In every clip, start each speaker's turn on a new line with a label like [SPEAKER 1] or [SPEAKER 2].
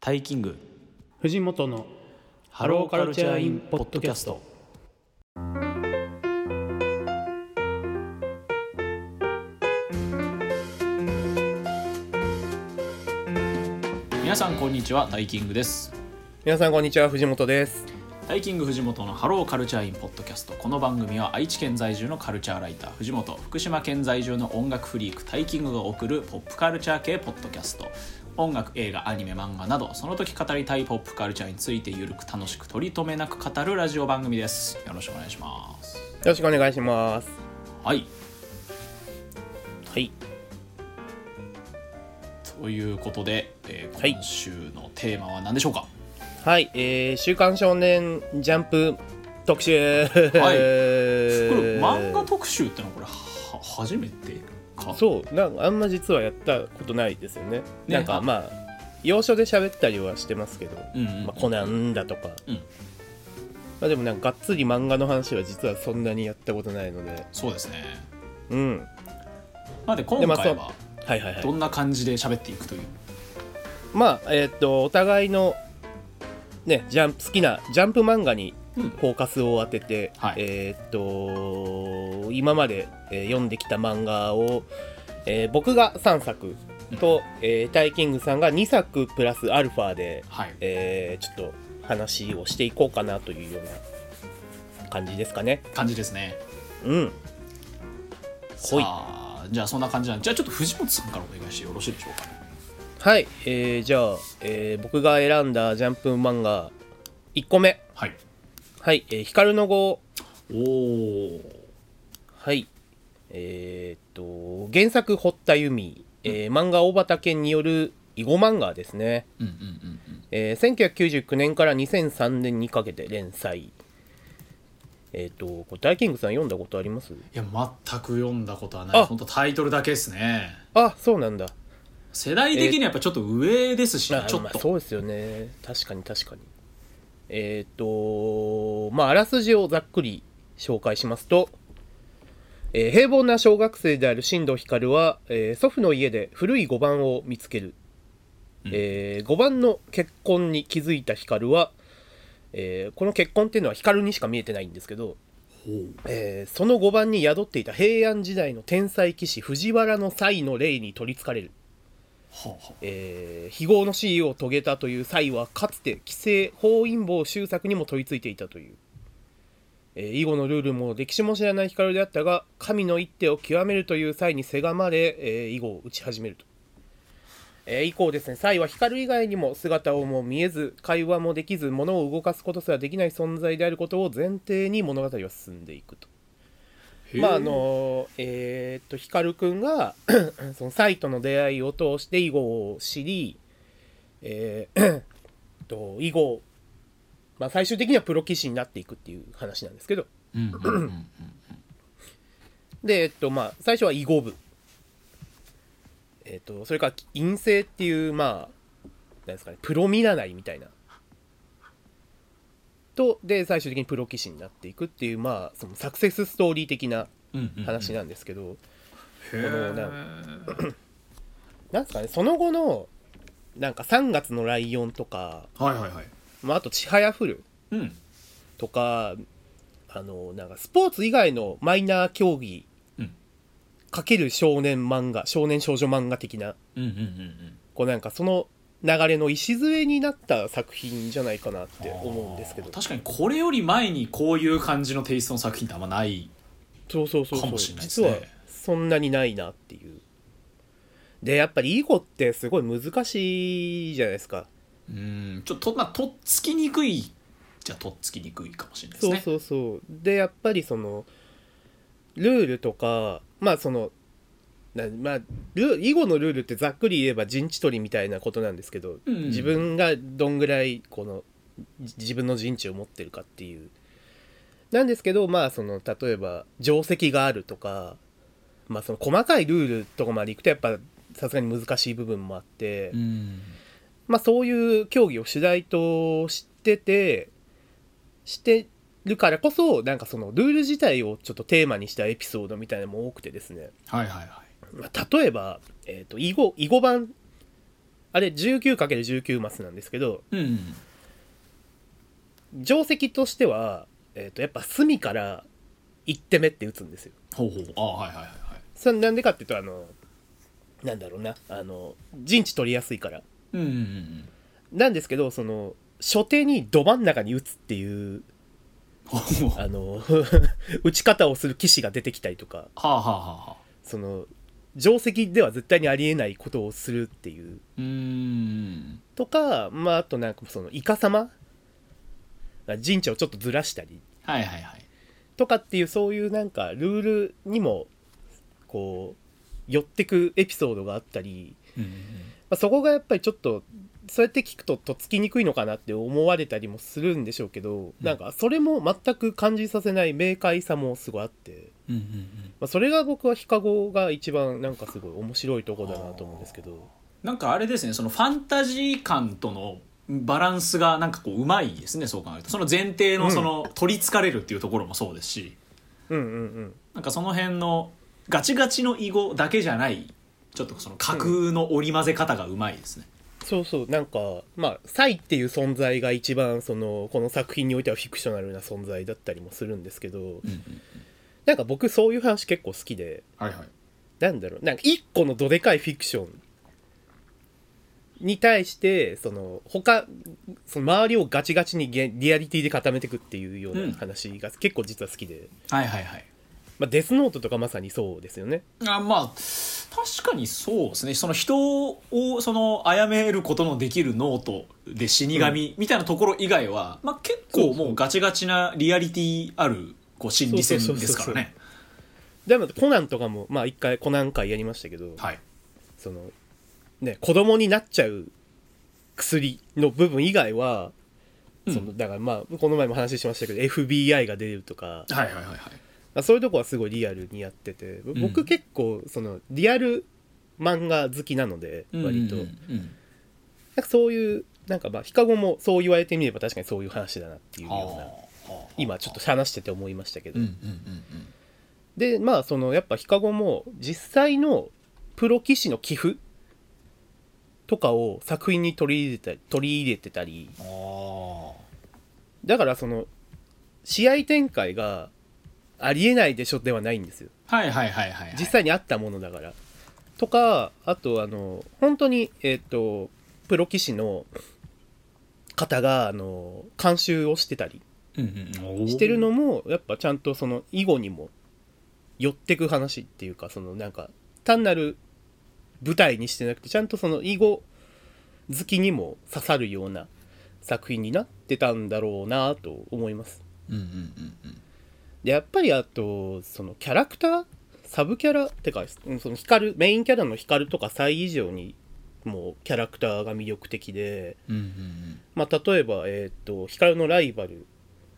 [SPEAKER 1] タイキング
[SPEAKER 2] 藤本の
[SPEAKER 1] ハローカルチャーインポッドキャスト皆さんこんにちはタイキングです
[SPEAKER 3] 皆さんこんにちは藤本です
[SPEAKER 1] タイキング藤本のハローカルチャーインポッドキャストこの番組は愛知県在住のカルチャーライター藤本福島県在住の音楽フリークタイキングが送るポップカルチャー系ポッドキャスト音楽映画アニメ漫画などその時語りたいポップカルチャーについてゆるく楽しく取り留めなく語るラジオ番組ですよろしくお願いします
[SPEAKER 3] よろしくお願いします
[SPEAKER 1] はい
[SPEAKER 3] はい
[SPEAKER 1] ということで、えー
[SPEAKER 3] はい
[SPEAKER 1] 今週のテーマは何でしょうか
[SPEAKER 3] はい、えー、週刊少年ジャンプ特 集はい
[SPEAKER 1] いこれ漫画特集ってのはこれは初めてか
[SPEAKER 3] そうなんかあんま実はやったことないですよね
[SPEAKER 1] ね
[SPEAKER 3] なんかまあ要所で喋ったりはしてますけど、
[SPEAKER 1] うんうん
[SPEAKER 3] まあ、コナンだとか、
[SPEAKER 1] うん
[SPEAKER 3] まあ、でもなんかがっつり漫画の話は実はそんなにやったことないので
[SPEAKER 1] そうですね
[SPEAKER 3] うん
[SPEAKER 1] なので今回
[SPEAKER 3] でまあそう
[SPEAKER 1] は
[SPEAKER 3] はいはいはい
[SPEAKER 1] どんな感じで喋っていくという
[SPEAKER 3] まあえーっとお互いのねジャンプ好きなジャンプ漫画に
[SPEAKER 1] うん
[SPEAKER 3] フォーカスを当てて、
[SPEAKER 1] はい
[SPEAKER 3] えーっと今まで、えー読んできた漫画を、えー僕が3作と、えータイキングさんが2作プラスアルファで、
[SPEAKER 1] はい
[SPEAKER 3] えーちょっと話をしていこうかなというような感じですかね。
[SPEAKER 1] 感じですね
[SPEAKER 3] うん、
[SPEAKER 1] さあじゃあそんな感じなんでじゃあちょっと藤本さんからお願いしてよろしいでしょうか
[SPEAKER 3] はい、えーじゃあ、えー僕が選んだジャンプ漫画1個目
[SPEAKER 1] はい
[SPEAKER 3] はい、えー、光の碁
[SPEAKER 1] おお
[SPEAKER 3] はい。えーっと、原作、堀田由美、えー漫画、小畑健による囲碁漫画ですね。
[SPEAKER 1] うんうんうんうん
[SPEAKER 3] えー1999年から2003年にかけて連載。えーっと、これ、ダイキングさん読んだことあります
[SPEAKER 1] いや全く読んだことはない
[SPEAKER 3] あ
[SPEAKER 1] 本当タイトルだけですね
[SPEAKER 3] あ、そうなんだ。
[SPEAKER 1] 世代的にはやっぱちょっと上ですし、ね
[SPEAKER 3] まあ
[SPEAKER 1] ちょ
[SPEAKER 3] ま
[SPEAKER 1] っ
[SPEAKER 3] あ
[SPEAKER 1] と、
[SPEAKER 3] そうですよね。確かに確かに。えーっと、まあ、あらすじをざっくり紹介しますと、えー平凡な小学生である進藤光は、えー祖父の家で古い碁盤を見つける、えー碁盤の結婚に気づいた光は、えーこの結婚っていうのは光にしか見えてないんですけど、えーその碁盤に宿っていた平安時代の天才棋士藤原の才の霊に取りつかれる
[SPEAKER 1] ほうほう
[SPEAKER 3] えー非業の死を遂げたという際はかつて規制法陰謀周作にも問いついていたという、えー、囲碁のルールも歴史も知らない光であったが神の一手を極めるという際にせがまれ、えー囲碁を打ち始めると、えー以降ですね際は光以外にも姿をも見えず会話もできず物を動かすことすらできない存在であることを前提に物語は進んでいくと
[SPEAKER 1] へー
[SPEAKER 3] まああのえーっと光くんが そのサイとの出会いを通して囲碁を知りえー と囲碁まあ最終的にはプロ棋士になっていくっていう話なんですけど
[SPEAKER 1] うんうんうんうん
[SPEAKER 3] でえっとまあ最初は囲碁部えーっとそれから陰性っていうまあなんですかねプロ見習いみたいなとで最終的にプロ棋士になっていくっていうまあそのサクセスストーリー的な
[SPEAKER 1] うんうん
[SPEAKER 3] 話なんですけど、
[SPEAKER 1] へー
[SPEAKER 3] このなんですかねその後のなんか3月のライオンとか、
[SPEAKER 1] はいはいはい
[SPEAKER 3] まあ、あと「ちはやふる
[SPEAKER 1] うん」
[SPEAKER 3] とかあのなんかスポーツ以外のマイナー競技
[SPEAKER 1] うん
[SPEAKER 3] かける少年漫画少年少女漫画的な
[SPEAKER 1] うんうんうんうん
[SPEAKER 3] こうなんかその流れの礎になった作品じゃないかなって思うんですけど
[SPEAKER 1] 確かにこれより前にこういう感じのテイストの作品ってあんまない
[SPEAKER 3] そうそうそう
[SPEAKER 1] か
[SPEAKER 3] そう
[SPEAKER 1] もしれないです
[SPEAKER 3] 実は
[SPEAKER 1] ね
[SPEAKER 3] そんなにないなっていうでやっぱり囲碁ってすごい難しいじゃないですか
[SPEAKER 1] うんちょっとと,、まあ、とっつきにくいじゃとっつきにくいかもしれないです
[SPEAKER 3] そう
[SPEAKER 1] ねう
[SPEAKER 3] そうそうでやっぱりそのルールとかまあそのなまあル囲碁のルールってざっくり言えば陣地取りみたいなことなんですけど、
[SPEAKER 1] うん
[SPEAKER 3] 自分がどんぐらいこのじ自分の陣地を持ってるかっていうなんですけどまあその例えば定石があるとかまあその細かいルールとかまでいくとやっぱさすがに難しい部分もあって、
[SPEAKER 1] ん
[SPEAKER 3] まあ、そういう競技を主題としててしてるからこそなんかそのルール自体をちょっとテーマにしたエピソードみたいなのも多くてですね、
[SPEAKER 1] はいはいはい
[SPEAKER 3] まあ、例えば、えー、と囲碁囲碁版あれ 19×19 マスなんですけど
[SPEAKER 1] うんうん
[SPEAKER 3] 定石としては、えー、とやっぱ隅から1手目って打つんですよ
[SPEAKER 1] ほうほうあはいはいはいはい
[SPEAKER 3] それなんでかっていうとあのなんだろうなあの陣地取りやすいから
[SPEAKER 1] うんうんうん
[SPEAKER 3] なんですけどその初手にど真ん中に打つっていう
[SPEAKER 1] ほうほうは
[SPEAKER 3] あの 打ち方をする棋士が出てきたりとか
[SPEAKER 1] あはあはあはあ
[SPEAKER 3] その定石では絶対にありえないことをするっていう
[SPEAKER 1] うーん
[SPEAKER 3] とかまああとなんかそのイカ様神社をちょっとずらしたり
[SPEAKER 1] はいはいはい
[SPEAKER 3] とかっていうそういうなんかルールにもこう寄ってくエピソードがあったり、
[SPEAKER 1] うんうん
[SPEAKER 3] まあ、そこがやっぱりちょっとそうやって聞くととっつきにくいのかなって思われたりもするんでしょうけど、なんかそれも全く感じさせない明快さもすごいあって、
[SPEAKER 1] うんうんうん
[SPEAKER 3] まあ、それが僕はヒカゴが一番なんかすごい面白いとこだなと思うんですけど
[SPEAKER 1] なんかあれですねそのファンタジー感とのバランスがなんかこううまいですねそう考えるとその前提のその取りつかれるっていうところもそうですし、
[SPEAKER 3] うんうんうん
[SPEAKER 1] なんかその辺のガチガチの囲碁だけじゃないちょっとその架空の織り交ぜ方がうまいですね、
[SPEAKER 3] そうそうなんかまあサイっていう存在が一番そのこの作品においてはフィクショナルな存在だったりもするんですけどなんか僕そういう話結構好きで
[SPEAKER 1] はいはい
[SPEAKER 3] なんだろうなんか一個のどでかいフィクションに対してその他その周りをガチガチにゲリアリティで固めていくっていうよう
[SPEAKER 1] うん
[SPEAKER 3] な話が結構実は好きで、
[SPEAKER 1] はいはいはい
[SPEAKER 3] まあ、デスノートとかまさにそうですよね。
[SPEAKER 1] あまあ確かにそうですねその人をその殺めることのできるノートで死神みたいなところ以外は、まあ、結構もうガチガチなリアリティあるこう心理戦ですからね
[SPEAKER 3] でもコナンとかもまあ一回コナン会やりましたけど、
[SPEAKER 1] はい
[SPEAKER 3] そのね子供になっちゃう薬の部分以外は、
[SPEAKER 1] うん
[SPEAKER 3] そのだからまあこの前も話しましたけど FBI が出るとか、
[SPEAKER 1] はいはいはいはい
[SPEAKER 3] まあ、そういうとこはすごいリアルにやっててぼ
[SPEAKER 1] う
[SPEAKER 3] 僕
[SPEAKER 1] ん
[SPEAKER 3] 結構そのリアル漫画好きなので割と、
[SPEAKER 1] うんうんうん
[SPEAKER 3] なんかそういうなんかまあヒカゴもそう言われてみれば確かにそういう話だなっていう
[SPEAKER 1] はあ
[SPEAKER 3] ような
[SPEAKER 1] はあ
[SPEAKER 3] 今ちょっと話してて思いましたけど、
[SPEAKER 1] うんうんうんうん
[SPEAKER 3] でまあそのやっぱヒカゴも実際のプロ棋士の寄付とかを作品に取り入れたり取り入れてたり
[SPEAKER 1] あー
[SPEAKER 3] だからその試合展開がありえないでしょではないんですよ
[SPEAKER 1] はいはいはいはいはい
[SPEAKER 3] 実際にあったものだから。とかあとあの本当にえっ、とプロ棋士の方があの監修をしてたり
[SPEAKER 1] うんうん
[SPEAKER 3] してるのもやっぱちゃんとその囲碁にも寄ってく話っていうかそのなんか単なる舞台にしてなくてちゃんとその囲碁好きにも刺さるような作品になってたんだろうなと思います。
[SPEAKER 1] うんうんうんうん
[SPEAKER 3] でやっぱりあとそのキャラクターサブキャラってかうんその光メインキャラの光とか最以上にもうキャラクターが魅力的で、
[SPEAKER 1] うんうん
[SPEAKER 3] まあ、例えば、えー、と光のライバル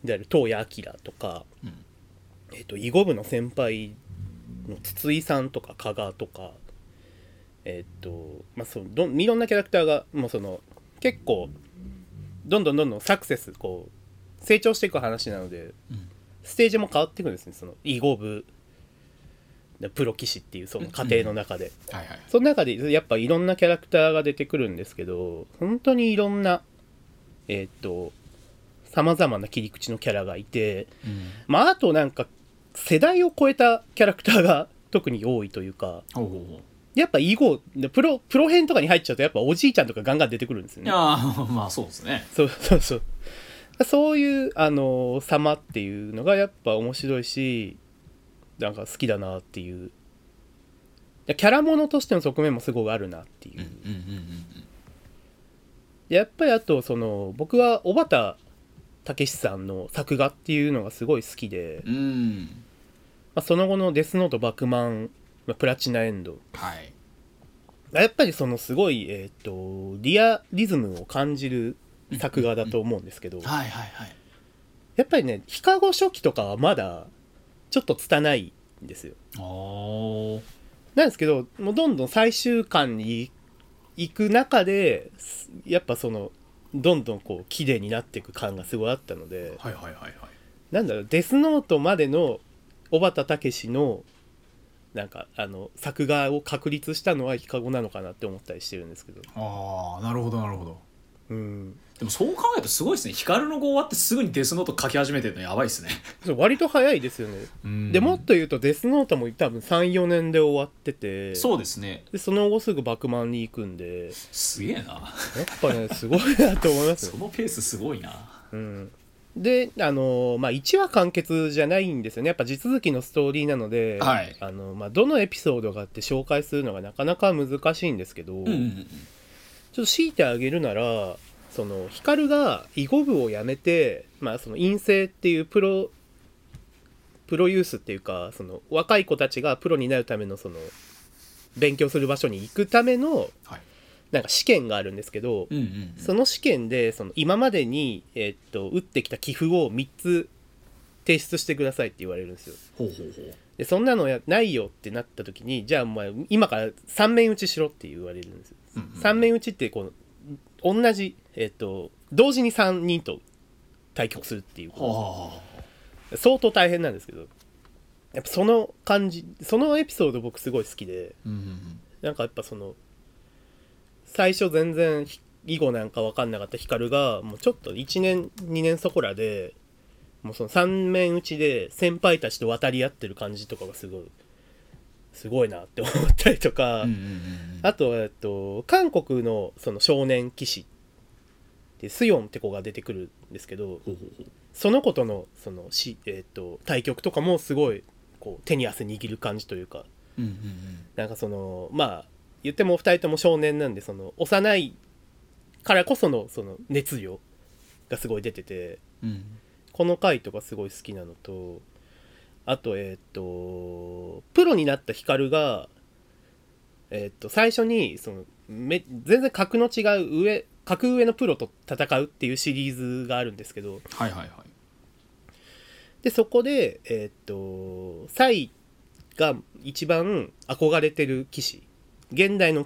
[SPEAKER 3] である東谷明とか、
[SPEAKER 1] うん
[SPEAKER 3] えー、と囲碁部の先輩の筒井さんとか加賀とか、えーとまあ、そのどんいろんなキャラクターがもうその結構どんどんどんどんサクセスこう成長していく話なので、
[SPEAKER 1] うん
[SPEAKER 3] ステージも変わっていくんですねその囲碁部でプロ棋士っていうその過程の中で。
[SPEAKER 1] うんはいはい
[SPEAKER 3] その中でやっぱいろんなキャラクターが出てくるんですけど本当にいろんなえーっとさまざまな切り口のキャラがいて
[SPEAKER 1] うん
[SPEAKER 3] まああとなんか世代を超えたキャラクターが特に多いというか
[SPEAKER 1] ほうほうほう
[SPEAKER 3] やっぱ囲碁プロプロ編とかに入っちゃうとやっぱおじいちゃんとかガンガン出てくるんですよ
[SPEAKER 1] い
[SPEAKER 3] ね
[SPEAKER 1] や。ー まあそうですね
[SPEAKER 3] そう そうそうそういうあの様っていうのがやっぱ面白いしなんか好きだなっていうキャラものとしての側面もすごいあるなっていう
[SPEAKER 1] うんうんうんうん
[SPEAKER 3] でやっぱりあとその僕は小畑武史さんの作画っていうのがすごい好きで、ま
[SPEAKER 1] うん
[SPEAKER 3] あ、その後の「デスノート」「バクマン」まあ「プラチナエンド
[SPEAKER 1] はい」
[SPEAKER 3] やっぱりそのすごい、えー、とリアリズムを感じる作画だと思うんですけど
[SPEAKER 1] はいはいはい
[SPEAKER 3] やっぱりね「ヒカゴ初期」とかはまだちょっと拙いんですよ。
[SPEAKER 1] おー
[SPEAKER 3] なんですけどもうどんどん最終巻に行く中ですやっぱそのどんどんこう綺麗になっていく感がすごいあったので。
[SPEAKER 1] はいはいはいはい
[SPEAKER 3] なんだろうデスノートまでの小畑武史のなんかあの作画を確立したのはヒカゴなのかなって思ったりしてるんですけど
[SPEAKER 1] ああなるほどなるほど
[SPEAKER 3] うん
[SPEAKER 1] でもそう考えるとすごいですね光の語話ってすぐにデスノート書き始めてるのやばいですね
[SPEAKER 3] そう割と早いですよね、でもっと言うとデスノートも多分34年で終わってて
[SPEAKER 1] そうですね
[SPEAKER 3] でその後すぐバクマンに行くんで
[SPEAKER 1] すげえな
[SPEAKER 3] やっぱねすごいなと思います
[SPEAKER 1] そ
[SPEAKER 3] ね、
[SPEAKER 1] のペースすごいな
[SPEAKER 3] うん、であのまあ1話完結じゃないんですよねやっぱ地続きのストーリーなので、
[SPEAKER 1] はい
[SPEAKER 3] あのまあ、どのエピソードがあって紹介するのがなかなか難しいんですけど、
[SPEAKER 1] うんうん
[SPEAKER 3] ちょっと強いてあげるならその光が囲碁部を辞めて、まあ、その陰性っていうプロプロユースっていうかその若い子たちがプロになるためのその勉強する場所に行くための
[SPEAKER 1] はい
[SPEAKER 3] なんか試験があるんですけど、
[SPEAKER 1] うんうん
[SPEAKER 3] その試験でその今までに、えっと打ってきた寄付を3つ提出してくださいって言われるんですよ。
[SPEAKER 1] ほうほうほう
[SPEAKER 3] でそんなのやないよってなった時にじゃあお前今から3面打ちしろって言われるんですよ。
[SPEAKER 1] うんうん
[SPEAKER 3] 3面打ちってこう同じ、えっと同時に3人と対局するっていうこと
[SPEAKER 1] は
[SPEAKER 3] 相当大変なんですけどやっぱその感じそのエピソード僕すごい好きで。
[SPEAKER 1] あうんうん
[SPEAKER 3] なんかやっぱその最初全然ひ囲碁なんか分かんなかった光がもうちょっと1年2年そこらでもうその3面打ちで先輩たちと渡り合ってる感じとかがすごいすごいなって思ったりとか、
[SPEAKER 1] うんうんうん
[SPEAKER 3] あとえっと韓国のその少年棋士でスヨンって子が出てくるんですけど
[SPEAKER 1] ほうほうほう
[SPEAKER 3] その子とのそのし、えっと対局とかもすごいこう手に汗握る感じというか
[SPEAKER 1] うんうんうん
[SPEAKER 3] なんかそのまあ言ってもお二人とも少年なんでその幼いからこそのその熱量がすごい出てて
[SPEAKER 1] うん
[SPEAKER 3] この回とかすごい好きなのとあとえーっ、とプロになった光がえーっ、と最初にそのめ全然格の違う上格上のプロと戦うっていうシリーズがあるんですけど
[SPEAKER 1] はいはいはい
[SPEAKER 3] でそこでえーっとサイが一番憧れてる棋士現代の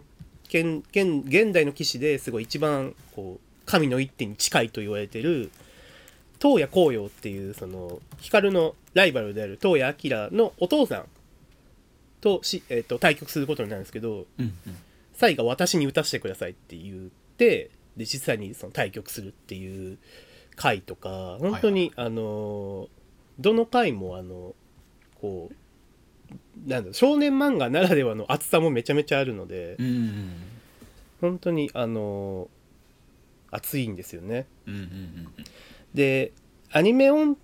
[SPEAKER 3] 現現現代の棋士ですごい一番こう神の一手に近いと言われてる東野光陽っていうその光のライバルである東野明のお父さんとし、えーっと対局することになるんですけど
[SPEAKER 1] うんうん
[SPEAKER 3] サイが私に打たせてくださいって言ってで実際にその対局するっていう回とか本当に、あのーどの回もあのこうなんだろう少年漫画ならではの厚さもめちゃめちゃあるので
[SPEAKER 1] うんうん
[SPEAKER 3] 本当にあのー熱いんですよね。
[SPEAKER 1] うんうんうんうん
[SPEAKER 3] でアニメオン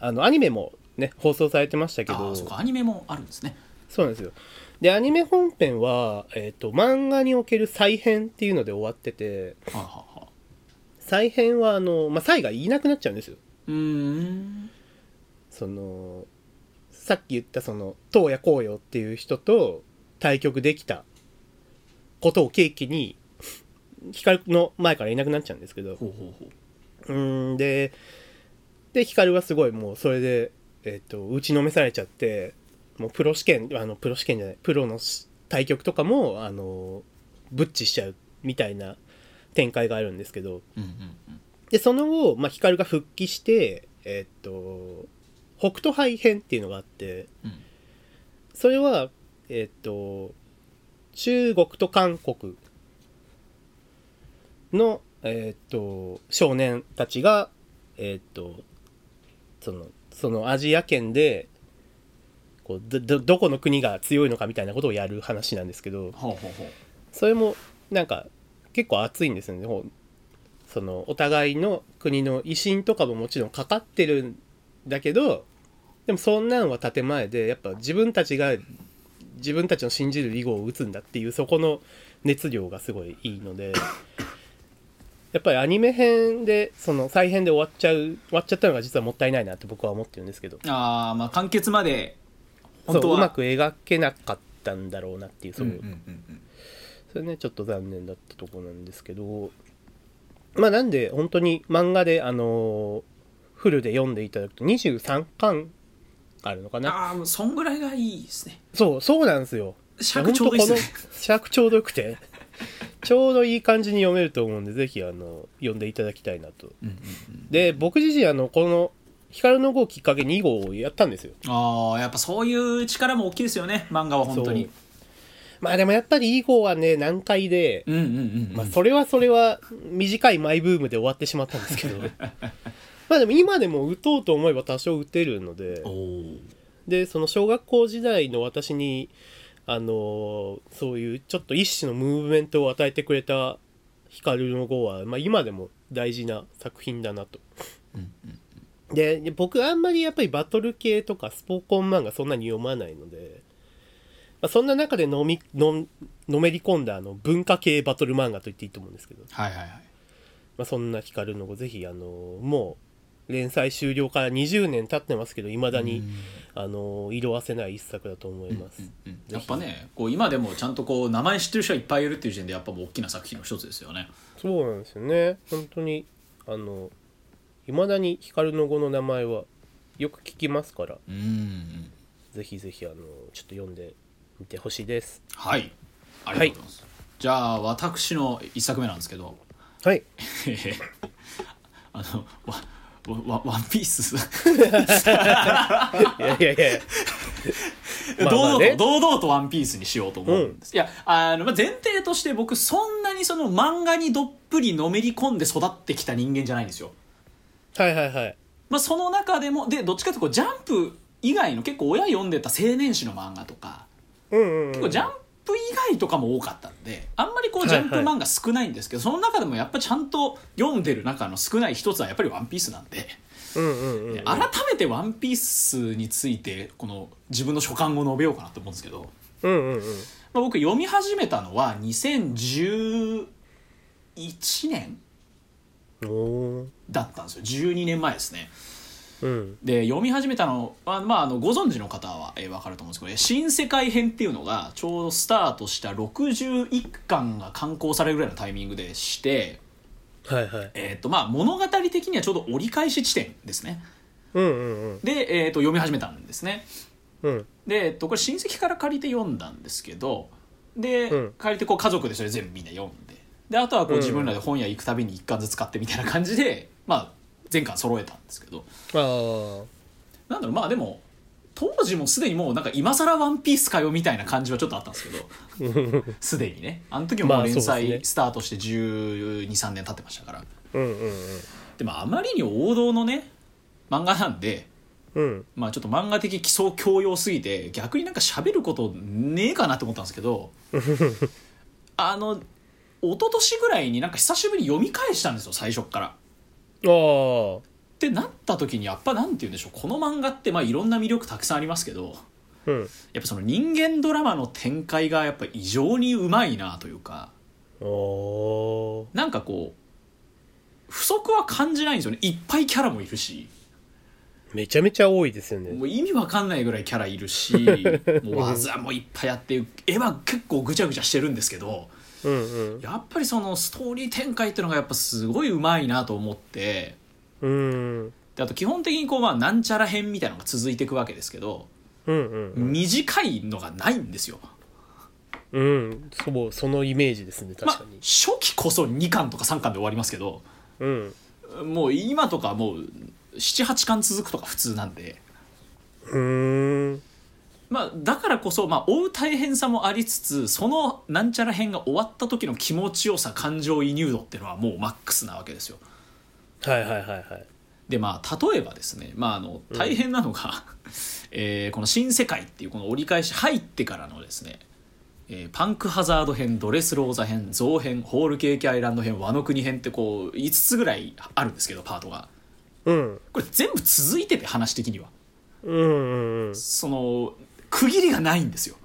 [SPEAKER 3] あのアニメもね放送されてましたけ
[SPEAKER 1] あ
[SPEAKER 3] ど
[SPEAKER 1] あそうかアニメもあるんですね
[SPEAKER 3] そうなんですよでアニメ本編は、えー、と漫画における再編っていうので終わってて
[SPEAKER 1] はあはあはあ
[SPEAKER 3] 再編はあの、まあ、サイがいなくなっちゃうんですよ
[SPEAKER 1] うーん
[SPEAKER 3] そのさっき言ったその東野光陽っていう人と対局できたことを契機に光の前からいなくなっちゃうんですけど
[SPEAKER 1] ほうほうほう
[SPEAKER 3] うーんでで光はすごいもうそれで、えっと打ちのめされちゃってもうプロ試験あのプロ試験じゃないプロのし対局とかもあのブッチしちゃうみたいな展開があるんですけど、
[SPEAKER 1] うんうんうん
[SPEAKER 3] でその後、まあ、光が復帰してえーっと北斗杯編っていうのがあって
[SPEAKER 1] うん
[SPEAKER 3] それはえーっと中国と韓国のえーっと少年たちがえーっとそのそのアジア圏でこうどどどこの国が強いのかみたいなことをやる話なんですけ
[SPEAKER 1] ほ
[SPEAKER 3] ど
[SPEAKER 1] うほうほう
[SPEAKER 3] それもなんか結構熱いんですよねほうそのお互いの国の威信とかももちろんかかってるんだけどでもそんなんは建前でやっぱ自分たちが自分たちの信じる囲碁を打つんだっていうそこの熱量がすごいいいので やっぱりアニメ編でその再編で終わっちゃう終わっちゃったのが実はもったいないなって僕は思ってるんですけど
[SPEAKER 1] ああまあ完結まで本当
[SPEAKER 3] そう
[SPEAKER 1] は
[SPEAKER 3] うまく描けなかったんだろうなっていうそ
[SPEAKER 1] うん
[SPEAKER 3] の、
[SPEAKER 1] うんうんうん
[SPEAKER 3] それねちょっと残念だったとこなんですけどまあなんで本当に漫画であのーフルで読んでいただくと23巻あるのかな
[SPEAKER 1] ああもうそんぐらいがいいですね
[SPEAKER 3] そうそうなんですよ
[SPEAKER 1] 尺ちょうどいいっすね
[SPEAKER 3] いや本当この尺ちょうどよくてちょうどいい感じに読めると思うんでぜひあの読んでいただきたいなと
[SPEAKER 1] うんうんうん
[SPEAKER 3] で僕自身あのこの光の碁をきっかけに囲碁をやったんですよ
[SPEAKER 1] ああやっぱそういう力も大きいですよね漫画は本当に
[SPEAKER 3] そうまあでもやっぱり囲碁はね難解で、
[SPEAKER 1] うんうんうん、うん
[SPEAKER 3] まあ、それはそれは短いマイブームで終わってしまったんですけ どまあでも今でも打とうと思えば多少打てるので
[SPEAKER 1] おー
[SPEAKER 3] でその小学校時代の私にあのそういうちょっと一種のムーブメントを与えてくれた光の碁は、まあ、今でも大事な作品だなと。で僕あんまりやっぱりバトル系とかスポコン漫画そんなに読まないので、まあ、そんな中でのみののめり込んだあの文化系バトル漫画と言っていいと思うんですけど、
[SPEAKER 1] はいはいはい
[SPEAKER 3] まあ、そんな光の碁ぜひあのもう連載終了から20年経ってますけどいまだにあの色あせない一作だと思います。
[SPEAKER 1] うんやっぱねこう今でもちゃんとこう名前知ってる人がいっぱいいるっていう時点でやっぱもう大きな作品の一つですよね
[SPEAKER 3] そうなんですよね本当にあのいまだに光の碁の名前はよく聞きますから
[SPEAKER 1] うんうん
[SPEAKER 3] ぜひぜひあのちょっと読んでみてほしいです
[SPEAKER 1] はいありがとうございます、じゃあ私の一作目なんですけど
[SPEAKER 3] はい
[SPEAKER 1] あのわわワンピース
[SPEAKER 3] いやいやいやまあまあ
[SPEAKER 1] 堂々
[SPEAKER 3] ね
[SPEAKER 1] と堂々とワンピースにしようと思うんです、いやあの、まあ、前提として僕そんなにその漫画にどっぷりのめり込んで育ってきた人間じゃないんですよ
[SPEAKER 3] はいはいはい
[SPEAKER 1] まあ、その中でもでどっちかというとこうジャンプ以外の結構親読んでた青年誌の漫画とか
[SPEAKER 3] うんうん、
[SPEAKER 1] 結構ジャンプ以外とかも多かったんであんまりこうジャンプ漫画少ないんですけど、その中でもやっぱちゃんと読んでる中の少ない一つはやっぱり「ワンピースなんで
[SPEAKER 3] うんうんうん
[SPEAKER 1] で改めて「ワンピースについてこの自分の所感を述べようかなと思うんですけど、
[SPEAKER 3] うんうんうん
[SPEAKER 1] まあ、僕読み始めたのは2011年
[SPEAKER 3] おー
[SPEAKER 1] だったんですよ12年前ですね。
[SPEAKER 3] うん
[SPEAKER 1] で読み始めたのは、まあ、あのご存知の方は、えー、分かると思うんですけど「新世界編」っていうのがちょうどスタートした61巻が刊行されるぐらいのタイミングでして、
[SPEAKER 3] はいはい
[SPEAKER 1] えーとまあ、物語的にはちょうど折り返し地点ですね
[SPEAKER 3] うんうんうん
[SPEAKER 1] で、えー、と読み始めたんですね
[SPEAKER 3] うん
[SPEAKER 1] で、えー、とこれ親戚から借りて読んだんですけどで、
[SPEAKER 3] うん
[SPEAKER 1] 借りてこう家族でそれ全部みんな読んでであとはこう
[SPEAKER 3] うん
[SPEAKER 1] 自分らで本屋行くたびに一巻ずつ買ってみたいな感じで、まあ、全巻揃えたんですけど
[SPEAKER 3] ああ
[SPEAKER 1] なんだろうまあでも当時もすでにもうなんか今更ワンピースかよみたいな感じはちょっとあったんですけど すでにねあの時もも
[SPEAKER 3] ま
[SPEAKER 1] う
[SPEAKER 3] あそう
[SPEAKER 1] 連
[SPEAKER 3] ですね
[SPEAKER 1] 載スタートして1 2 3年経ってましたから
[SPEAKER 3] うんうん
[SPEAKER 1] でもあまりに王道のね漫画なんで
[SPEAKER 3] うんうん
[SPEAKER 1] まあちょっと漫画的基礎教養すぎて逆になんか喋ることねえかなと思ったんですけ どあの一昨年ぐらいになんか久しぶりに読み返したんですよ最初っから。
[SPEAKER 3] ああ
[SPEAKER 1] ってなった時にやっぱなんて言うんでしょうこの漫画ってまあいろんな魅力たくさんありますけど
[SPEAKER 3] うん
[SPEAKER 1] やっぱその人間ドラマの展開がやっぱ異常にうまいなというか
[SPEAKER 3] おー
[SPEAKER 1] なんかこう不足は感じないんですよねいっぱいキャラもいるし
[SPEAKER 3] めちゃめちゃ多いですよね
[SPEAKER 1] もう意味わかんないぐらいキャラいるし もう技もいっぱいあって絵は結構ぐちゃぐちゃしてるんですけど
[SPEAKER 3] うんうん
[SPEAKER 1] やっぱりそのストーリー展開っていうのがやっぱすごいうまいなと思って
[SPEAKER 3] うん
[SPEAKER 1] であと基本的にこうまあなんちゃら編みたいなのが続いていくわけですけど
[SPEAKER 3] うんうん
[SPEAKER 1] 短いのがないんですよ。
[SPEAKER 3] うんそうそのイメージですね
[SPEAKER 1] まあ
[SPEAKER 3] 確かに、
[SPEAKER 1] 初期こそ2巻とか3巻で終わりますけど
[SPEAKER 3] うん
[SPEAKER 1] もう今とかもう78巻続くとか普通なんで、
[SPEAKER 3] うーん
[SPEAKER 1] まあ、だからこそ、まあ、追う大変さもありつつそのなんちゃら編が終わった時の気持ちよさ感情移入度っていうのはもうマックスなわけですよ。
[SPEAKER 3] はいはいはいはい
[SPEAKER 1] でまあ、例えばですね、まあ、あの大変なのが、 えーこの「新世界」っていうこの折り返し入ってからのですね、えーパンクハザード編ドレスローザ編ゾウ編ホールケーキアイランド編ワノ国編ってこう5つぐらいあるんですけどパートが
[SPEAKER 3] うん
[SPEAKER 1] これ全部続いてて話的には
[SPEAKER 3] うんうんうん
[SPEAKER 1] その区切りがないんですよ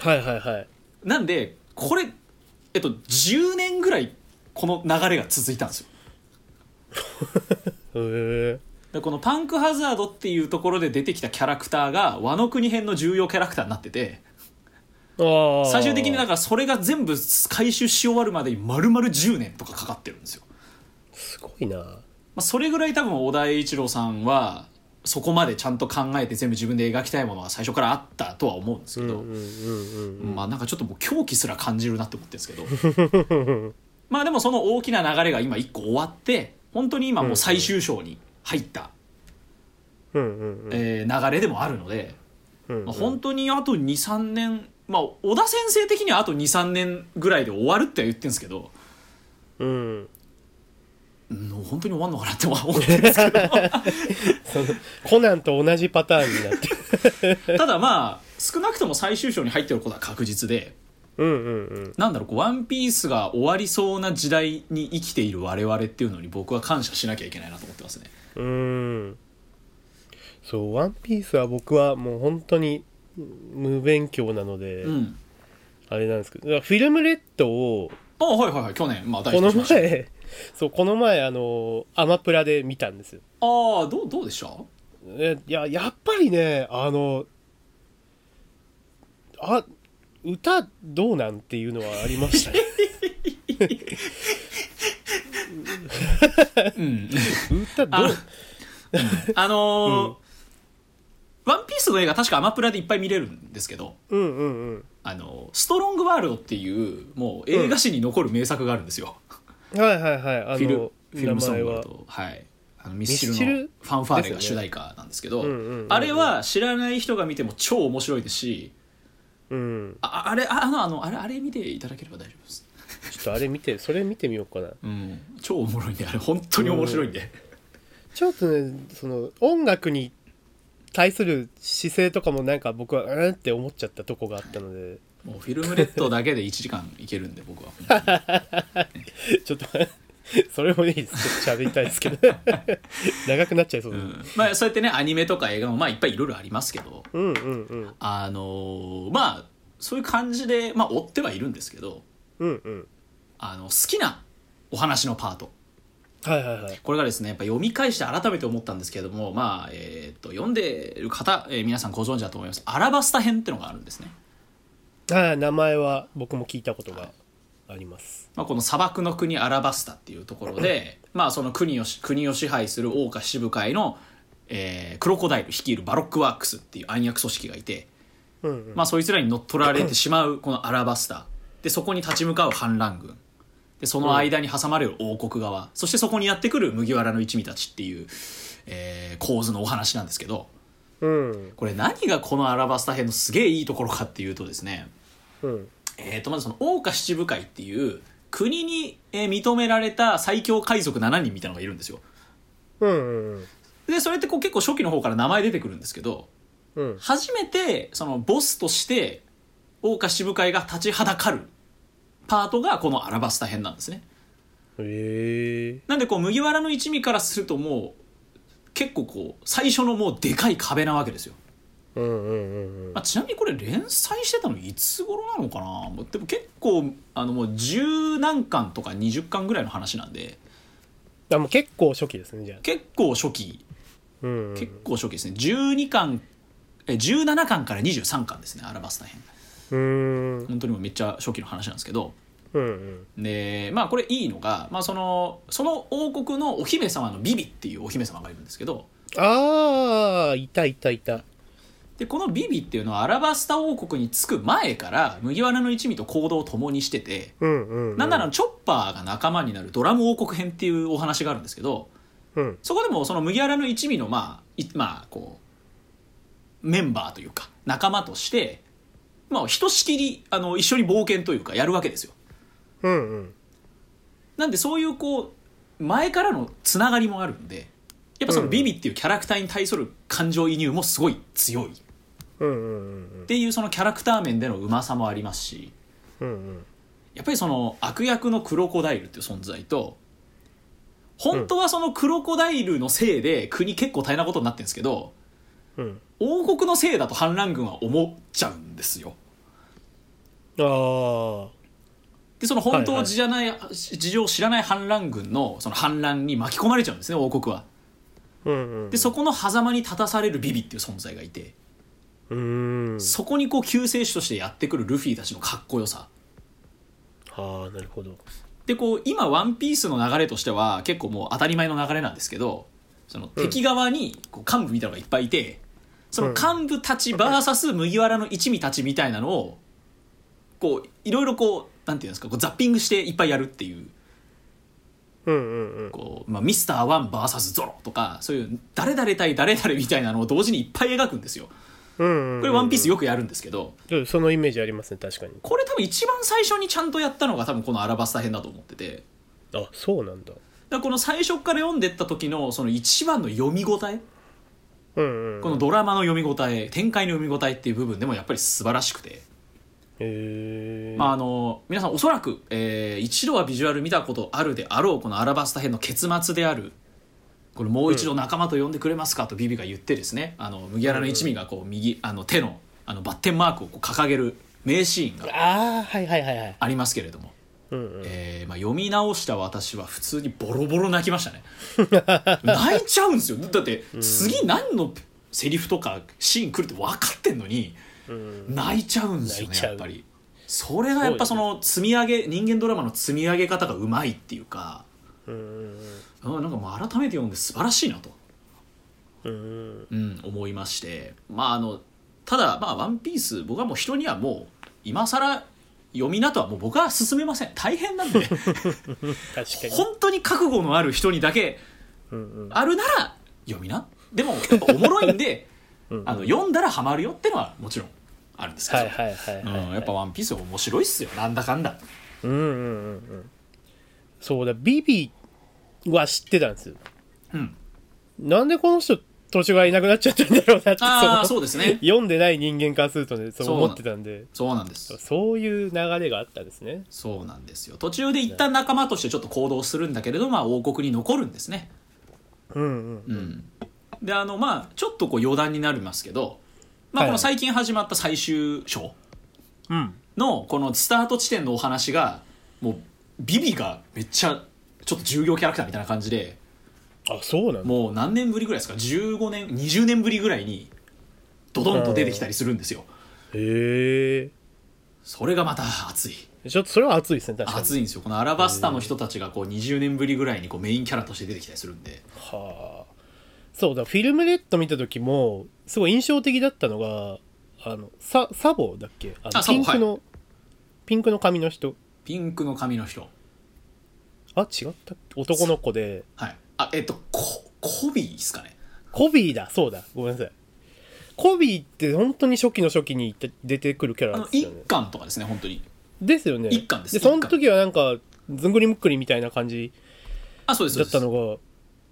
[SPEAKER 3] はいはいはい
[SPEAKER 1] なんでこれえっと10年ぐらいこの流れが続いたんですよ
[SPEAKER 3] へ
[SPEAKER 1] でこのパンクハザードっていうところで出てきたキャラクターがワノ国編の重要キャラクターになってて
[SPEAKER 3] えああ
[SPEAKER 1] 最終的にだからそれが全部回収し終わるまでに丸々10年とかかかってるんですよ、
[SPEAKER 3] すごいな
[SPEAKER 1] まあ、それぐらい多分小田栄一郎さんはそこまでちゃんと考えて全部自分で描きたいものが最初からあったとは思うんです
[SPEAKER 3] う
[SPEAKER 1] け
[SPEAKER 3] んう
[SPEAKER 1] ど、
[SPEAKER 3] んうんうん
[SPEAKER 1] まあなんかちょっともう狂気すら感じるなって思ってるんですけど まあでもその大きな流れが今一個終わって本当に今もう最終章に入った
[SPEAKER 3] うんうん
[SPEAKER 1] えー流れでもあるので、
[SPEAKER 3] うん
[SPEAKER 1] まあ、本当にあと23年まあ小田先生的にはあと23年ぐらいで終わるっては言ってるんですけど、
[SPEAKER 3] うんうん
[SPEAKER 1] うん、本当に終わんのかなって思ってるんですけ ど
[SPEAKER 3] そのコナンと同じパターンになってる
[SPEAKER 1] ただまあ少なくとも最終章に入ってることは確実で
[SPEAKER 3] うんうんうん
[SPEAKER 1] なんだろうこうワンピースが終わりそうな時代に生きている我々っていうのに僕は感謝しなきゃいけないなと思ってますね。
[SPEAKER 3] うーんそう「ワンピースは僕はもう本当に無勉強なので、
[SPEAKER 1] うん、
[SPEAKER 3] あれなんですけどだからフィルムレッドを
[SPEAKER 1] あはいはいはい去年まあ大
[SPEAKER 3] この
[SPEAKER 1] しました
[SPEAKER 3] 前 そうこの前あのアマプラで見たんですよ
[SPEAKER 1] ああどうどうでした
[SPEAKER 3] えいややっぱりねあのあ歌どうなんっていうのはありましたね
[SPEAKER 1] うん
[SPEAKER 3] 歌ど
[SPEAKER 1] あの
[SPEAKER 3] う
[SPEAKER 1] あのーワンピースの映画確かアマプラでいっぱい見れるんですけど、
[SPEAKER 3] うんうんうん
[SPEAKER 1] あのーストロングワールドっていうもう映画史に残る名作があるんですよ、
[SPEAKER 3] はいはいはいあ
[SPEAKER 1] フィル
[SPEAKER 3] の
[SPEAKER 1] フィルムソン
[SPEAKER 3] 名前
[SPEAKER 1] グワー
[SPEAKER 3] は
[SPEAKER 1] ルドはいあのミ
[SPEAKER 3] ス
[SPEAKER 1] ス
[SPEAKER 3] チ
[SPEAKER 1] チ
[SPEAKER 3] ル
[SPEAKER 1] ルのファンファーレが主題歌なんですけど
[SPEAKER 3] うんうんうんうん
[SPEAKER 1] あれは知らない人が見ても超面白いですし
[SPEAKER 3] うん
[SPEAKER 1] ああれあのあのあれあれ見ていただければ大丈夫です、
[SPEAKER 3] ちょっとあれ見てそれ見てみようかな
[SPEAKER 1] うん、超おもろいんであれ本当に面白いんで、
[SPEAKER 3] ちょっとねその音楽に対する姿勢とかもなんか僕はうんって思っちゃったとこがあったので
[SPEAKER 1] もうフィルムレッドだけで1時間いけるんで僕は
[SPEAKER 3] ちょっとそれもいいですちょっと喋りたいです けど長くなっちゃいそう
[SPEAKER 1] う
[SPEAKER 3] だ、
[SPEAKER 1] んまあ、そうやってねアニメとか映画もまあいっぱいいろいろありますけど
[SPEAKER 3] うん、うんうん
[SPEAKER 1] あのーまあそういう感じで、まあ、追ってはいるんですけど
[SPEAKER 3] うんうん
[SPEAKER 1] あの好きなお話のパート
[SPEAKER 3] はいはいはい
[SPEAKER 1] これがですねやっぱ読み返して改めて思ったんですけれども、まあえー、と読んでる方、えー皆さんご存知だと思いますアラバスタ編ってのがあるんですね、
[SPEAKER 3] ああ名前は僕も聞いたことがあります、
[SPEAKER 1] まあ、この砂漠の国アラバスタっていうところで、まあ、その国をし国を支配する王家支部会の、えークロコダイル率いるバロックワークスっていう暗躍組織がいて、
[SPEAKER 3] うんうん
[SPEAKER 1] まあ、そいつらに乗っ取られてしまうこのアラバスタでそこに立ち向かう反乱軍でその間に挟まれる王国側、そしてそこにやってくる麦わらの一味たちっていう、えー構図のお話なんですけど
[SPEAKER 3] うん
[SPEAKER 1] これ何がこのアラバスタ編のすげえいいところかっていうとですね、
[SPEAKER 3] うん
[SPEAKER 1] えー、とまずその王家七部会っていう国にえー認められた最強海賊7人みたいなのがいるんですよ。
[SPEAKER 3] うんうん
[SPEAKER 1] でそれってこう結構初期の方から名前出てくるんですけど
[SPEAKER 3] うん
[SPEAKER 1] 初めてそのボスとして桜花支部会が立ちはだかるパートがこのアラバスタ編なんですね
[SPEAKER 3] へえ
[SPEAKER 1] なんでこう麦わらの一味からするともう結構こう最初のもうでかい壁なわけですよ、
[SPEAKER 3] うんうんうんうん
[SPEAKER 1] まあ、ちなみにこれ連載してたのいつ頃なのかなもうでも結構あのもう十何巻とか20巻ぐらいの話なんで
[SPEAKER 3] あもう結構初期ですねじゃあ
[SPEAKER 1] 結構初期
[SPEAKER 3] うんうん
[SPEAKER 1] 結構初期ですね12巻え17巻から23巻ですねアラバスタ編
[SPEAKER 3] うーん
[SPEAKER 1] 本当にもうめっちゃ初期の話なんですけど
[SPEAKER 3] うんうん
[SPEAKER 1] でまあこれいいのが、まあ、そのその王国のお姫様のビビっていうお姫様がいるんですけど
[SPEAKER 3] ああいたいたいた
[SPEAKER 1] でこのビビっていうのはアラバスタ王国に着く前から麦わらの一味と行動を共にしてて、
[SPEAKER 3] うんうん、うん、
[SPEAKER 1] なんならチョッパーが仲間になるドラム王国編っていうお話があるんですけど
[SPEAKER 3] うん
[SPEAKER 1] そこでもその麦わらの一味のまあいまあこうメンバーというか仲間として、まあ、ひとしきりあの一緒に冒険というかやるわけですよ。
[SPEAKER 3] うんうん
[SPEAKER 1] なんでそういうこう前からのつながりもあるんでやっぱそのビビっていうキャラクターに対する感情移入もすごい強いっ
[SPEAKER 3] うんうん
[SPEAKER 1] ていうそのキャラクター面でのうまさもありますし
[SPEAKER 3] うんうん
[SPEAKER 1] やっぱりその悪役のクロコダイルっていう存在と本当はそのクロコダイルのせいで国結構大変なことになってるんですけど
[SPEAKER 3] うん
[SPEAKER 1] 王国のせいだと反乱軍は思っちゃうんですよ。
[SPEAKER 3] ああ
[SPEAKER 1] でその本当じゃない、事情を知らない反乱軍のその反乱に巻き込まれちゃうんですね王国は。
[SPEAKER 3] うんうん
[SPEAKER 1] でそこの狭間に立たされるビビっていう存在がいて
[SPEAKER 3] うーん
[SPEAKER 1] そこにこう救世主としてやってくるルフィたちのかっこよさ
[SPEAKER 3] ああなるほど
[SPEAKER 1] でこう今「ワンピースの流れとしては結構もう当たり前の流れなんですけどその
[SPEAKER 3] うん
[SPEAKER 1] 敵側にこう幹部みたいなのがいっぱいいてその幹部たち VS 麦わらの一味たちみたいなのをこういろいろこうなんていうんですかこうザッピングしていっぱいやるっていう
[SPEAKER 3] うんうんうん
[SPEAKER 1] こう、まあ、ミスターワン VS ゾロとかそういう誰々対誰々みたいなのを同時にいっぱい描くんですよ
[SPEAKER 3] うんうん
[SPEAKER 1] これ「ワンピースよくやるんですけど
[SPEAKER 3] ちょっとそのイメージありますね確かに
[SPEAKER 1] これ多分一番最初にちゃんとやったのが多分このアラバスタ編だと思ってて
[SPEAKER 3] あそうなんだ
[SPEAKER 1] だからこの最初から読んでった時のその一番の読み応え
[SPEAKER 3] うんうん
[SPEAKER 1] このドラマの読み応え展開の読み応えっていう部分でもやっぱり素晴らしくて、
[SPEAKER 3] へえ
[SPEAKER 1] まあ、あの皆さんおそらく、えー一度はビジュアル見たことあるであろうこのアラバスタ編の結末であるこれもう一度仲間と呼んでくれますかとビビが言ってですねあの麦わらの一味がこう右あの手のあのバッテンマークをこう掲げる名シーンが
[SPEAKER 3] あーはいはいはいはい
[SPEAKER 1] ありますけれども、
[SPEAKER 3] うんうん
[SPEAKER 1] えーまあ、読み直した私は普通にボロボロ泣きました ね泣いちゃうんですよだって次何のセリフとかシーン来るって分かってんのに
[SPEAKER 3] うん
[SPEAKER 1] 泣いちゃうんですよね
[SPEAKER 3] 泣いちゃう
[SPEAKER 1] やっぱりそれがやっぱその積み上げ人間ドラマの積み上げ方がうまいっていうか
[SPEAKER 3] うんうん
[SPEAKER 1] うんなんかもう改めて読んで素晴らしいなと、
[SPEAKER 3] うんうん
[SPEAKER 1] うん、思いましてまああのただまあ「ワンピース僕はもう人にはもう今更読みなとはもう僕は勧めません大変なんで
[SPEAKER 3] 確かに
[SPEAKER 1] 本当に覚悟のある人にだけ
[SPEAKER 3] うんうん
[SPEAKER 1] あるなら読みなでもやっぱおもろいんで
[SPEAKER 3] うんうん
[SPEAKER 1] あの読んだらハマるよってのはもちろんあるんですけど、
[SPEAKER 3] はいはいはいはい、
[SPEAKER 1] うん、やっぱ「ワンピース面白いっすよなんだかんだ
[SPEAKER 3] うんうんうんうんそうだビビは知ってたんですよ
[SPEAKER 1] うん
[SPEAKER 3] なんでこの人途中がいなくなっちゃったんだろうなって
[SPEAKER 1] ああ
[SPEAKER 3] そ
[SPEAKER 1] そ
[SPEAKER 3] の
[SPEAKER 1] うですね
[SPEAKER 3] 読んでない人間からするとねそう
[SPEAKER 1] そうなの
[SPEAKER 3] 思ってたんで
[SPEAKER 1] そうなんで
[SPEAKER 3] そう
[SPEAKER 1] す
[SPEAKER 3] いう流れがあったんですね
[SPEAKER 1] そうなんですよ途中で一旦仲間としてちょっと行動するんだけれどまあ王国に残るんですね
[SPEAKER 3] うんうん
[SPEAKER 1] うんであのまあちょっとこう余談になりますけどまあ
[SPEAKER 3] はい
[SPEAKER 1] この最近始まった最終章
[SPEAKER 3] うん
[SPEAKER 1] のこのスタート地点のお話がもうビビがめっちゃちょっと重要キャラクターみたいな感じで
[SPEAKER 3] あそうなんだ
[SPEAKER 1] もう何年ぶりぐらいですか15年20年ぶりぐらいにドドンと出てきたりするんですよ
[SPEAKER 3] へ
[SPEAKER 1] それがまた熱い
[SPEAKER 3] えちょっとそれは熱いですね確かに
[SPEAKER 1] 熱いんですよこのアラバスタの人たちがこう20年ぶりぐらいにこうメインキャラとして出てきたりするんで
[SPEAKER 3] はあそうだフィルムレッド見た時もすごい印象的だったのがあのササボだっけあの
[SPEAKER 1] あサボ
[SPEAKER 3] ピンクの、ピンクの髪の人
[SPEAKER 1] ピンクの髪の人
[SPEAKER 3] あ違ったっけ男の子で
[SPEAKER 1] はいあえっとココビーですかね
[SPEAKER 3] コビーだそうだごめんなさいコビーって本当に初期の初期にいて出てくるキャ
[SPEAKER 1] あ
[SPEAKER 3] ラ
[SPEAKER 1] の
[SPEAKER 3] です
[SPEAKER 1] 一
[SPEAKER 3] よね
[SPEAKER 1] 巻とかですね本当に
[SPEAKER 3] ですよね
[SPEAKER 1] 一巻です
[SPEAKER 3] で
[SPEAKER 1] 一巻
[SPEAKER 3] その時はなんかずんぐりむっくりみたいな感じ
[SPEAKER 1] あそうですそ
[SPEAKER 3] だ
[SPEAKER 1] う
[SPEAKER 3] っ
[SPEAKER 1] で
[SPEAKER 3] た
[SPEAKER 1] す
[SPEAKER 3] のが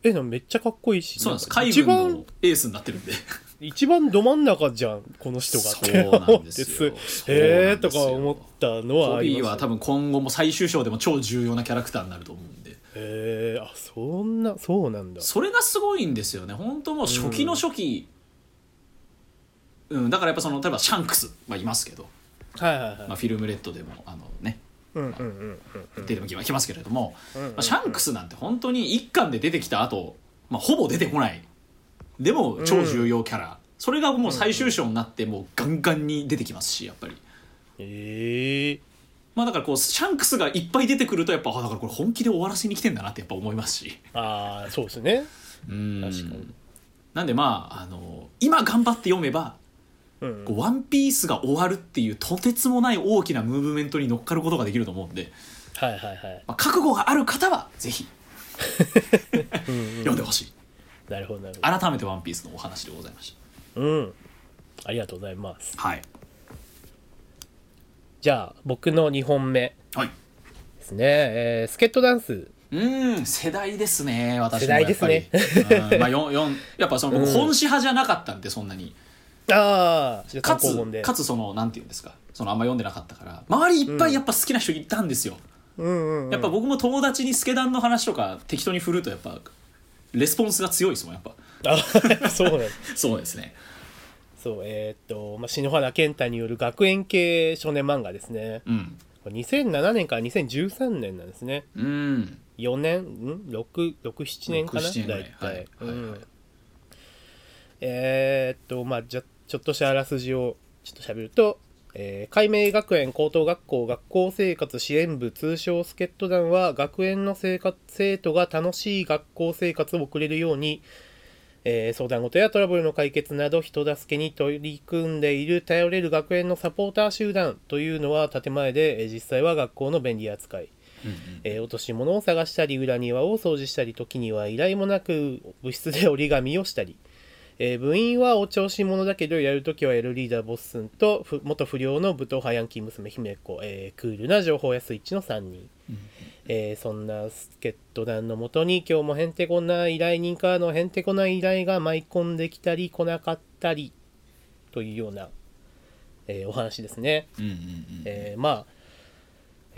[SPEAKER 3] えなんかめっちゃかっこいいし
[SPEAKER 1] そうなんです
[SPEAKER 3] か
[SPEAKER 1] 海
[SPEAKER 3] 一
[SPEAKER 1] 軍
[SPEAKER 3] 番
[SPEAKER 1] のエースになってるんで
[SPEAKER 3] 一番ど真ん中じゃんこの人が
[SPEAKER 1] そうなんですよ
[SPEAKER 3] って思って
[SPEAKER 1] そ
[SPEAKER 3] すへ
[SPEAKER 1] うなん
[SPEAKER 3] え
[SPEAKER 1] ですよ
[SPEAKER 3] とか思ったのは
[SPEAKER 1] コ
[SPEAKER 3] あり
[SPEAKER 1] ビー
[SPEAKER 3] ま
[SPEAKER 1] は
[SPEAKER 3] す
[SPEAKER 1] 多分今後も最終章でも超重要なキャラクターになると思うんで
[SPEAKER 3] へえあそんなそうなんだ
[SPEAKER 1] それがすごいんですよね本当もう初期の初期、うんだからやっぱその例えばシャンクスはいますけど、
[SPEAKER 3] はいはいはい、
[SPEAKER 1] まあ、フィルムレッドでもあのね
[SPEAKER 3] うんうんうんうんうん
[SPEAKER 1] 出てきますけれども、
[SPEAKER 3] うんうん
[SPEAKER 1] まあ、シャンクスなんて本当に一巻で出てきた後、まあほぼ出てこないでも超重要キャラ、それがもう最終章になってもうガンガンに出てきますしやっぱり。
[SPEAKER 3] ええ
[SPEAKER 1] まあだからこうシャンクスがいっぱい出てくるとやっぱあだからこれ本気で終わらせに来てんだなってやっぱ思いますし
[SPEAKER 3] ああそうですね
[SPEAKER 1] うん
[SPEAKER 3] 確かに
[SPEAKER 1] なんでまああの今頑張って読めば
[SPEAKER 3] うん
[SPEAKER 1] 「
[SPEAKER 3] うん
[SPEAKER 1] こうワンピースが終わるっていうとてつもない大きなムーブメントに乗っかることができると思うんで、
[SPEAKER 3] はいはいはい、
[SPEAKER 1] まあ、覚悟がある方はぜひ
[SPEAKER 3] うんうん
[SPEAKER 1] 読んでほしい、
[SPEAKER 3] なるほどなる
[SPEAKER 1] 改めて「ワンピースのお話でございまし
[SPEAKER 3] ほどうんありがとうございます
[SPEAKER 1] たはい
[SPEAKER 3] じゃあ僕の2本目
[SPEAKER 1] はい
[SPEAKER 3] ですね、えー、スケットダンス
[SPEAKER 1] うん世代ですね私
[SPEAKER 3] 世
[SPEAKER 1] もや
[SPEAKER 3] 代
[SPEAKER 1] っ
[SPEAKER 3] で
[SPEAKER 1] ぱ
[SPEAKER 3] す
[SPEAKER 1] り
[SPEAKER 3] ね
[SPEAKER 1] うんまあよんよんやっぱその僕
[SPEAKER 3] うん
[SPEAKER 1] 本誌派じゃなかったんでそんなに
[SPEAKER 3] あ
[SPEAKER 1] か
[SPEAKER 3] あ単行
[SPEAKER 1] つ
[SPEAKER 3] 本で
[SPEAKER 1] かつそのなんていうんですかそのあんま読んでなかったから周りいっぱいやっぱ好きな人いたんですよ、
[SPEAKER 3] うんうんうん、
[SPEAKER 1] やっぱ僕も友達にスケダンの話とか適当に振るとやっぱレスポンスが強いですもんやっぱ
[SPEAKER 3] あそうなんです
[SPEAKER 1] そうですね
[SPEAKER 3] そうえーっと、まあ、篠原健太による学園系少年漫画ですね
[SPEAKER 1] うん
[SPEAKER 3] これ2007年から2013年なんですね
[SPEAKER 1] うん
[SPEAKER 3] 4年ん667年かな
[SPEAKER 1] 6 7ぐら
[SPEAKER 3] 大
[SPEAKER 1] い
[SPEAKER 3] 体、
[SPEAKER 1] はいはいはい
[SPEAKER 3] うんえーっとまあじゃちょっとしたあらすじをちょっと喋るとえー海明学園高等学校学校生活支援部通称助っ人団は学園の生活生徒が楽しい学校生活を送れるように、えー相談事やトラブルの解決など人助けに取り組んでいる頼れる学園のサポーター集団というのは建前で、えー実際は学校の便利扱いえー落とし物を探したり裏庭を掃除したり時には依頼もなく部室で折り紙をしたり、えー部員はお調子者だけどやるときはやるリーダーボッスンとふ元不良の武闘派ヤンキー娘姫子、えークールな情報やスイッチの3人、えーそんな助っ人団のもとに今日もへんてこな依頼人からのへんてこな依頼が舞い込んできたり来なかったりというような、えーお話ですね。
[SPEAKER 1] うんうんうん
[SPEAKER 3] えーまあ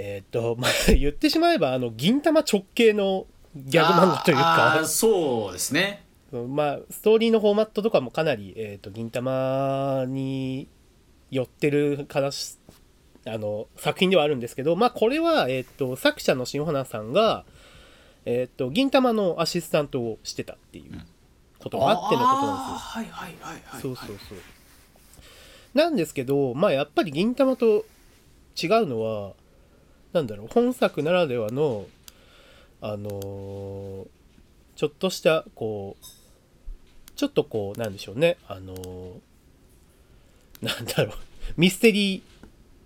[SPEAKER 3] えーっと、 まあ、言ってしまえばあの銀魂直系のギャグ漫画という
[SPEAKER 1] あーあー
[SPEAKER 3] か
[SPEAKER 1] そうですね
[SPEAKER 3] まあ、ストーリーのフォーマットとかもかなり、えーっと銀魂に寄ってる話あの作品ではあるんですけど、まあ、これは、えーっと作者の篠原さんが、えーっと銀魂のアシスタントをしてたっていうことがあってのことなんですよ。
[SPEAKER 1] あーはいはいはいはい
[SPEAKER 3] そうそうそう。なんですけど、まあやっぱり銀魂と違うのは、なんだろう、本作ならではの、あのーちょっとした、こう、ちょっとこう、なんでしょうね、あのーなんだろう、ミステリー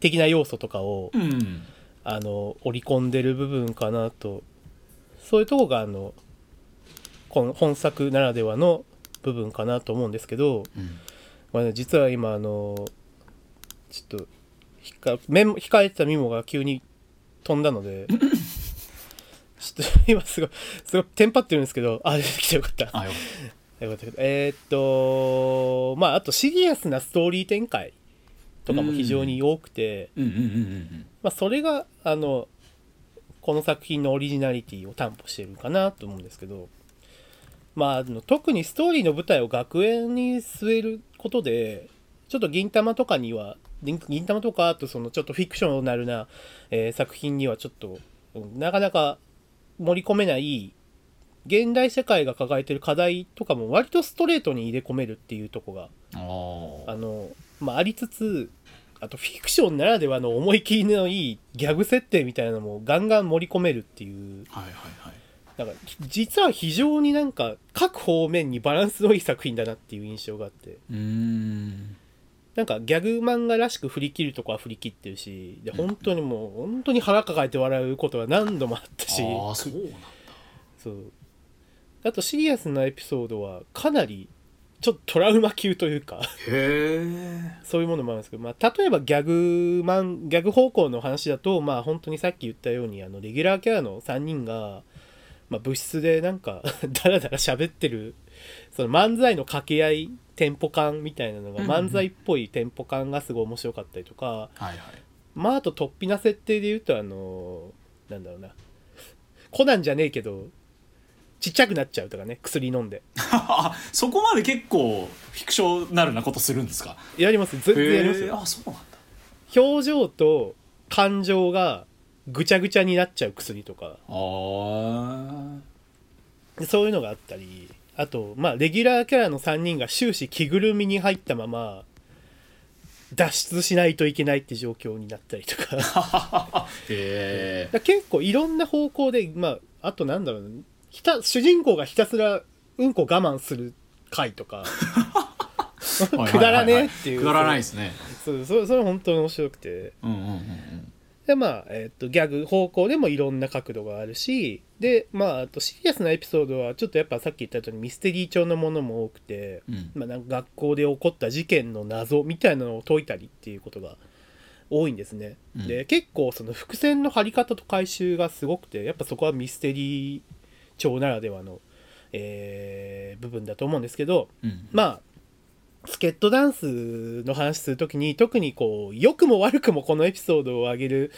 [SPEAKER 3] 的な要素とかを、
[SPEAKER 1] うん
[SPEAKER 3] あの織り込んでる部分かなとそういうとこがあのこん本作ならではの部分かなと思うんですけど、
[SPEAKER 1] うん
[SPEAKER 3] まあね、実は今あのちょっとひかメモ控えてたメモが急に飛んだのでちょっと今すごいすごいテンパってるんですけどあ出てきてよかった
[SPEAKER 1] あよかっ
[SPEAKER 3] よかったよかったえーっとまああとシリアスなストーリー展開とかも非常に多くて。
[SPEAKER 1] たうんうんうんうん
[SPEAKER 3] まあ、それがあのこの作品のオリジナリティを担保してるかなと思うんですけど、まあ、あの特にストーリーの舞台を学園に据えることでちょっと銀魂とかには銀銀魂とかあとそのちょっとフィクショナルな、えー作品にはちょっとうんなかなか盛り込めない現代社会が抱えてる課題とかも割とストレートに入れ込めるっていうとこが
[SPEAKER 1] うんおー
[SPEAKER 3] あの、まあ、ありつつ、あとフィクションならではの思い切りのいいギャグ設定みたいなのもガンガン盛り込めるっていう、
[SPEAKER 1] はいはいはい
[SPEAKER 3] なんか、実は非常になんか、各方面にバランスのいい作品だなっていう印象があって、
[SPEAKER 1] うーん
[SPEAKER 3] なんかギャグ漫画らしく振り切るとこは振り切ってるし、で、本当にもう、本当に腹抱えて笑うことは何度もあったし、
[SPEAKER 1] ああそうなんだ
[SPEAKER 3] そう。あとシリアスなエピソードはかなり、ちょっとトラウマ級というか、
[SPEAKER 1] へえ
[SPEAKER 3] そういうものもあるんですけど、まあ、例えばギャグマンギャグ方向の話だと、まあ、本当にさっき言ったようにあのレギュラーキャラの3人が、まあ、部室でなんか ダラダラ喋ってるその漫才の掛け合いテンポ感みたいなのが
[SPEAKER 1] うんうん
[SPEAKER 3] 漫才っぽいテンポ感がすごい面白かったりとか、
[SPEAKER 1] はい はい
[SPEAKER 3] まああと突飛な設定で言うとあのなんだろうなコナンじゃねえけどちっちゃくなっちゃうとかね薬飲んで
[SPEAKER 1] あそこまで結構フィクショナルなことするんですか
[SPEAKER 3] やります全然やります
[SPEAKER 1] へー
[SPEAKER 3] よ
[SPEAKER 1] あそうなんだ
[SPEAKER 3] 表情と感情がぐちゃぐちゃになっちゃう薬とか
[SPEAKER 1] あー
[SPEAKER 3] そういうのがあったりあとまあレギュラーキャラの3人が終始着ぐるみに入ったまま脱出しないといけないって状況になったりとかだか
[SPEAKER 1] へえ
[SPEAKER 3] ら結構いろんな方向でまああとなんだろうなひた主人公がひたすらうんこ我慢する回とか くだらねえっていう
[SPEAKER 1] くだらないですね
[SPEAKER 3] そうそれそれ本当に面白くて
[SPEAKER 1] うんうんうんうん
[SPEAKER 3] でまあ、えっとギャグ方向でもいろんな角度があるしでまああとシリアスなエピソードはちょっとやっぱさっき言ったようにミステリー調のものも多くて、
[SPEAKER 1] うん
[SPEAKER 3] まあ、なんか学校で起こった事件の謎みたいなのを解いたりっていうことが多いんですね、
[SPEAKER 1] うん
[SPEAKER 3] で結構その伏線の張り方と回収がすごくてやっぱそこはミステリー調ならではの、えー部分だと思うんですけど
[SPEAKER 1] うん
[SPEAKER 3] まあスケットダンスの話するときに特にこう良くも悪くもこのエピソードを上げる、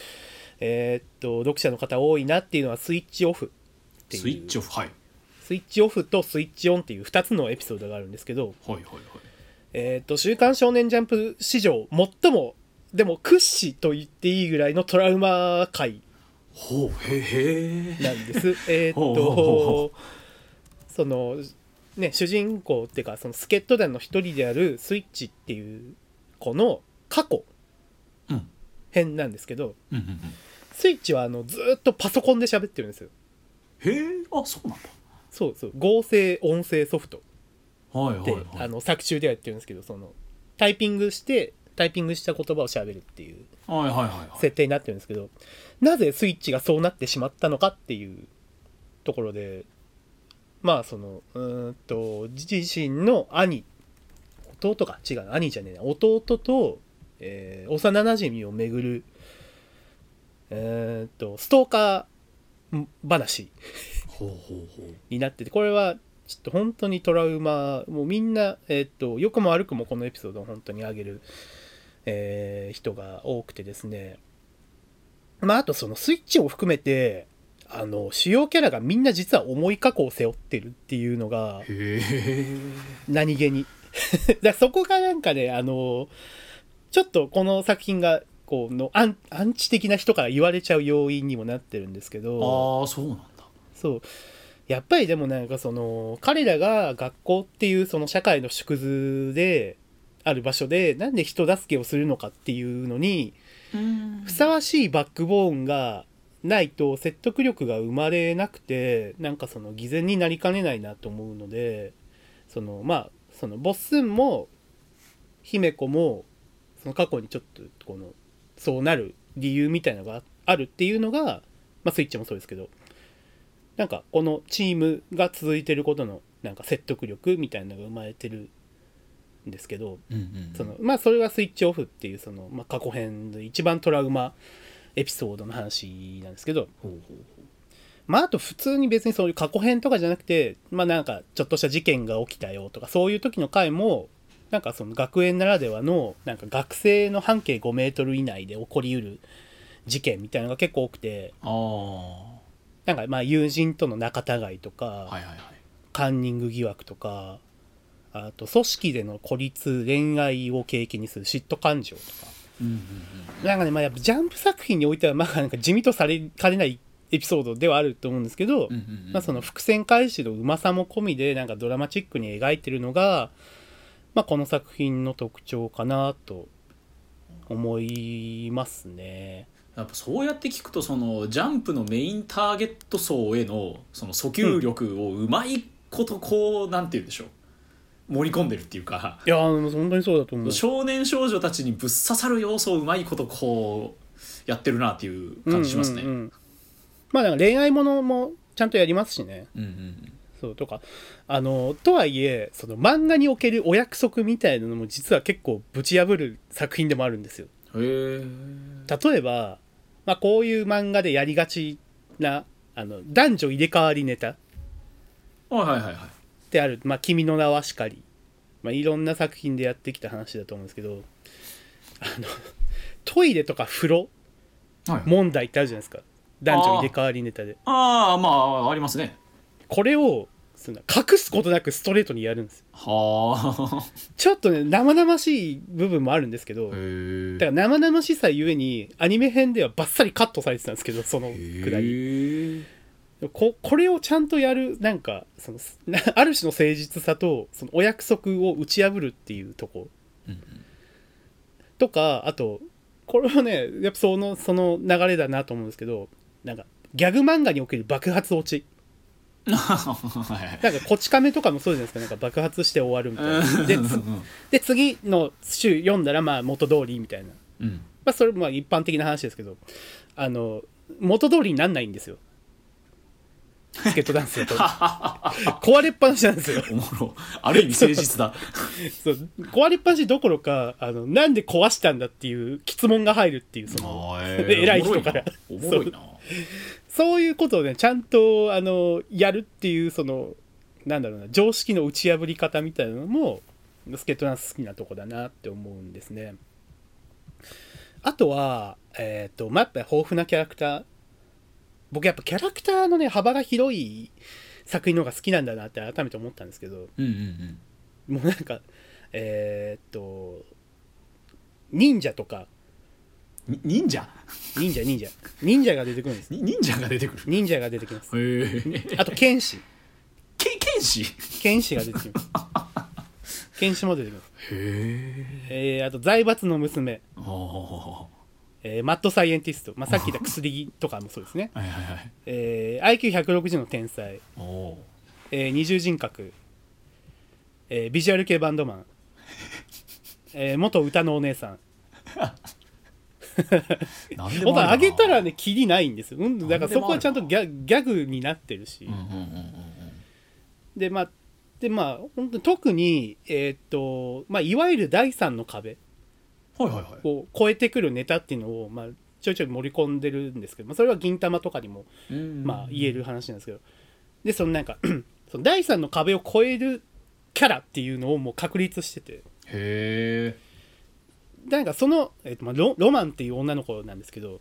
[SPEAKER 3] えーっと読者の方多いなっていうのはスイッチオフっていう
[SPEAKER 1] スイッチオフはい
[SPEAKER 3] スイッチオフとスイッチオンっていう2つのエピソードがあるんですけど、
[SPEAKER 1] はいはいはい
[SPEAKER 3] えーっと「週刊少年ジャンプ」史上最もでも屈指と言っていいぐらいのトラウマ回
[SPEAKER 1] ほうへえへえ
[SPEAKER 3] なんです。えー っ
[SPEAKER 1] ほうほうほ
[SPEAKER 3] とそのね主人公っていうかその助っ人団の一人であるスイッチっていう子の過去
[SPEAKER 1] うん
[SPEAKER 3] 編なんですけど
[SPEAKER 1] うんうんうん
[SPEAKER 3] スイッチはあのずーっとパソコンで喋ってるんですよ。
[SPEAKER 1] へえあそうなんだ
[SPEAKER 3] そうそう合成音声ソフト
[SPEAKER 1] はいは
[SPEAKER 3] で、
[SPEAKER 1] いはい
[SPEAKER 3] あの作中ではやってるんですけどそのタイピングしてタイピングした言葉を喋るっていう
[SPEAKER 1] はいはいはいはい
[SPEAKER 3] 設定になってるんですけどなぜスイッチがそうなってしまったのかっていうところでまあそのうーんと自身の兄弟か違う兄じゃねえな弟と、えー幼なじみをめぐるえーとストーカー話
[SPEAKER 1] ほうほうほう
[SPEAKER 3] になっててこれはちょっと本当にトラウマもうみんな、えーっと良くも悪くもこのエピソードを本当に上げる、えー人が多くてですねまああとそのスイッチを含めてあの主要キャラがみんな実は重い過去を背負ってるっていうのが
[SPEAKER 1] へえ
[SPEAKER 3] 何気に だからそこがなんかねあのちょっとこの作品がこうのアンアンチ的な人から言われちゃう要因にもなってるんですけど
[SPEAKER 1] ああそうなんだ
[SPEAKER 3] そうやっぱりでもなんかその彼らが学校っていうその社会の縮図である場所でなんで人助けをするのかっていうのにふさわしいバックボーンがないと説得力が生まれなくてなんかその偽善になりかねないなと思うのでそのまあそのボッスンも姫子もその過去にちょっとこのそうなる理由みたいのがあるっていうのが、まあ、スイッチもそうですけどなんかこのチームが続いてることのなんか説得力みたいなのが生まれてるんですけど
[SPEAKER 1] うんうんうん
[SPEAKER 3] そのまあそれはスイッチオフっていうその、まあ、過去編で一番トラウマエピソードの話なんですけど
[SPEAKER 1] ほうほう
[SPEAKER 3] まああと普通に別にそういう過去編とかじゃなくてまあなんかちょっとした事件が起きたよとかそういう時の回もなんかその学園ならではのなんか学生の半径5メートル以内で起こりうる事件みたいなのが結構多くて
[SPEAKER 1] ほう
[SPEAKER 3] なんかまあ友人との仲違いとか、
[SPEAKER 1] ああはいはいはい
[SPEAKER 3] カンニング疑惑とかあと組織での孤立恋愛を経験にする嫉妬感情とか
[SPEAKER 1] うんうん
[SPEAKER 3] なんかね、まあ、やっぱジャンプ作品においてはまあなんか地味とされかねないエピソードではあると思うんですけ
[SPEAKER 1] うんう
[SPEAKER 3] ど、
[SPEAKER 1] んうんうん
[SPEAKER 3] まあ、その伏線回収のうまさも込みでなんかドラマチックに描いてるのが、まあ、この作品の特徴かなと思いますね。
[SPEAKER 1] やっぱそうやって聞くとそのジャンプのメインターゲット層へのその訴求力をうまいことこうなんて言うんでしょう盛り込んでるっていうか
[SPEAKER 3] いやー本当にそうだと思う。
[SPEAKER 1] 少年少女たちにぶっ刺さる要素をうまいことこうやってるなっていう感じしますね。
[SPEAKER 3] うんうんうんまあなんか恋愛ものもちゃんとやりますしね。
[SPEAKER 1] うんうん
[SPEAKER 3] そうとかあのとはいえその漫画におけるお約束みたいなのも実は結構ぶち破る作品でもあるんですよ。
[SPEAKER 1] へえ。
[SPEAKER 3] 例えば、まあ、こういう漫画でやりがちなあの男女入れ替わりネタっ
[SPEAKER 1] はいはいはいはい。
[SPEAKER 3] てある「まあ、君の名は」しかり、まあ、いろんな作品でやってきた話だと思うんですけどあの トイレとか風呂
[SPEAKER 1] はい、
[SPEAKER 3] 問題ってあるじゃないですか男女入れ替わりネタで
[SPEAKER 1] ああまあありますね。
[SPEAKER 3] これをその隠すことなくストレートにやるんですよ
[SPEAKER 1] はあ。
[SPEAKER 3] ちょっとね生々しい部分もあるんですけど、
[SPEAKER 1] へ
[SPEAKER 3] だから生々しさゆえにアニメ編ではバッサリカットされてたんですけどそのくだり
[SPEAKER 1] え。
[SPEAKER 3] ここれをちゃんとやるなんかそのな ある種の誠実さとそのお約束を打ち破るっていうとこ
[SPEAKER 1] うん
[SPEAKER 3] とかあとこれはねやっぱそのその流れだなと思うんですけどなんかギャグ漫画における爆発落ち
[SPEAKER 1] うんはいはい。
[SPEAKER 3] なんかこち亀とかもそうじゃないですかなんか爆発して終わるみ
[SPEAKER 1] うん
[SPEAKER 3] たいなでつで次の週読んだらまあ元通りみたいな
[SPEAKER 1] うん。
[SPEAKER 3] まあ、それもまあ一般的な話ですけどあの元通りになんないんですよチケットダンスだと壊れっぱなしなんですよ
[SPEAKER 1] おもろ。ある意味誠実だ。
[SPEAKER 3] そう壊れっぱなしどころかあのなんで壊したんだっていう質問が入るっていうその
[SPEAKER 1] あー
[SPEAKER 3] で偉い人から
[SPEAKER 1] おもろいな。
[SPEAKER 3] そういうことをねちゃんとあのやるっていうそのなんだろうな常識の打ち破り方みたいなのもスケートダンス好きなとこだなって思うんですね。あとは、えっとまあ、やっぱり豊富なキャラクター僕やっぱキャラクターのね幅が広い作品の方が好きなんだなって改めて思ったんですけど
[SPEAKER 1] うんうんうん。
[SPEAKER 3] もうなんかえっと忍者とか
[SPEAKER 1] に忍者
[SPEAKER 3] 忍者忍者忍者が出てくるんです
[SPEAKER 1] に忍者が出てくる。
[SPEAKER 3] 忍者が出てきます
[SPEAKER 1] へえ。
[SPEAKER 3] あと剣士
[SPEAKER 1] け剣士へ
[SPEAKER 3] 剣士が出てきます。剣士も出てきます。
[SPEAKER 1] え。
[SPEAKER 3] えー、あと、財閥の娘、
[SPEAKER 1] ああ。。
[SPEAKER 3] えーマッドサイエンティスト、まあ、さっき言った薬とかもそうですね
[SPEAKER 1] はいはいはい。
[SPEAKER 3] えー、IQ160 の天才、
[SPEAKER 1] おお
[SPEAKER 3] えー二重人格、えービジュアル系バンドマン、えー元歌のお姉さん
[SPEAKER 1] なんで
[SPEAKER 3] 本
[SPEAKER 1] も
[SPEAKER 3] 当は
[SPEAKER 1] あ
[SPEAKER 3] あ
[SPEAKER 1] り
[SPEAKER 3] げた
[SPEAKER 1] だな
[SPEAKER 3] らねキリないんですよ、うん、だからそこはちゃんとギャギャグになってるし、
[SPEAKER 1] うんうんうん
[SPEAKER 3] でまあでまあ本当に特にえーっとまあいわゆる第三の壁
[SPEAKER 1] うんはいはいはい
[SPEAKER 3] を超えてくるネタっていうのをまあちょいちょい盛り込んでるんですけど、まあ、それは銀魂とかにも
[SPEAKER 1] うん
[SPEAKER 3] まあ言える話なんですけどでそのなんか その第三の壁を超えるキャラっていうのをもう確立してて
[SPEAKER 1] へえ
[SPEAKER 3] なんかその、えっとまあ、ロロマンっていう女の子なんですけど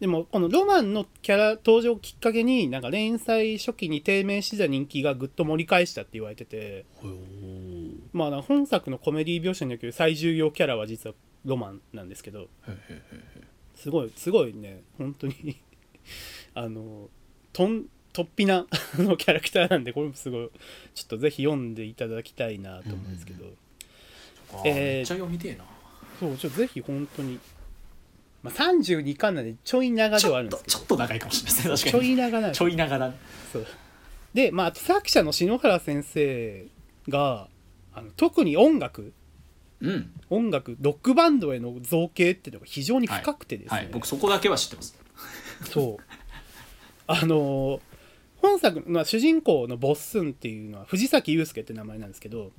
[SPEAKER 3] でもこのロマンのキャラ登場をきっかけになんか連載初期に低迷してた人気がぐっと盛り返したって言われてて、まあ、なんか本作のコメディ描写における最重要キャラは実はロマンなんですけどすごいすごいね本当に あのとん突飛な あのキャラクターなんでこれもすごいちょっとぜひ読んでいただきたいなと思うんですけど、
[SPEAKER 1] あー
[SPEAKER 3] えー
[SPEAKER 1] めっちゃ読みてえな
[SPEAKER 3] そうちょっとぜひ本当に、まあ、32巻なんでちょい長
[SPEAKER 1] ち
[SPEAKER 3] ではあ
[SPEAKER 1] ょ
[SPEAKER 3] る
[SPEAKER 1] っ
[SPEAKER 3] んで
[SPEAKER 1] と
[SPEAKER 3] すけ
[SPEAKER 1] ち
[SPEAKER 3] ど
[SPEAKER 1] ょっと長いかもしれないですね
[SPEAKER 3] ち
[SPEAKER 1] 確
[SPEAKER 3] ょ
[SPEAKER 1] かに
[SPEAKER 3] い長なんです
[SPEAKER 1] ちょい長だ
[SPEAKER 3] そうでまああと作者の篠原先生があの特に音楽
[SPEAKER 1] うん
[SPEAKER 3] 音楽ロックバンドへの造形っていうのが非常に深くてですね、
[SPEAKER 1] はい僕そこだけは知ってます
[SPEAKER 3] そうあのー本作の、まあ、主人公のボッスンっていうのは藤崎祐介って名前なんですけど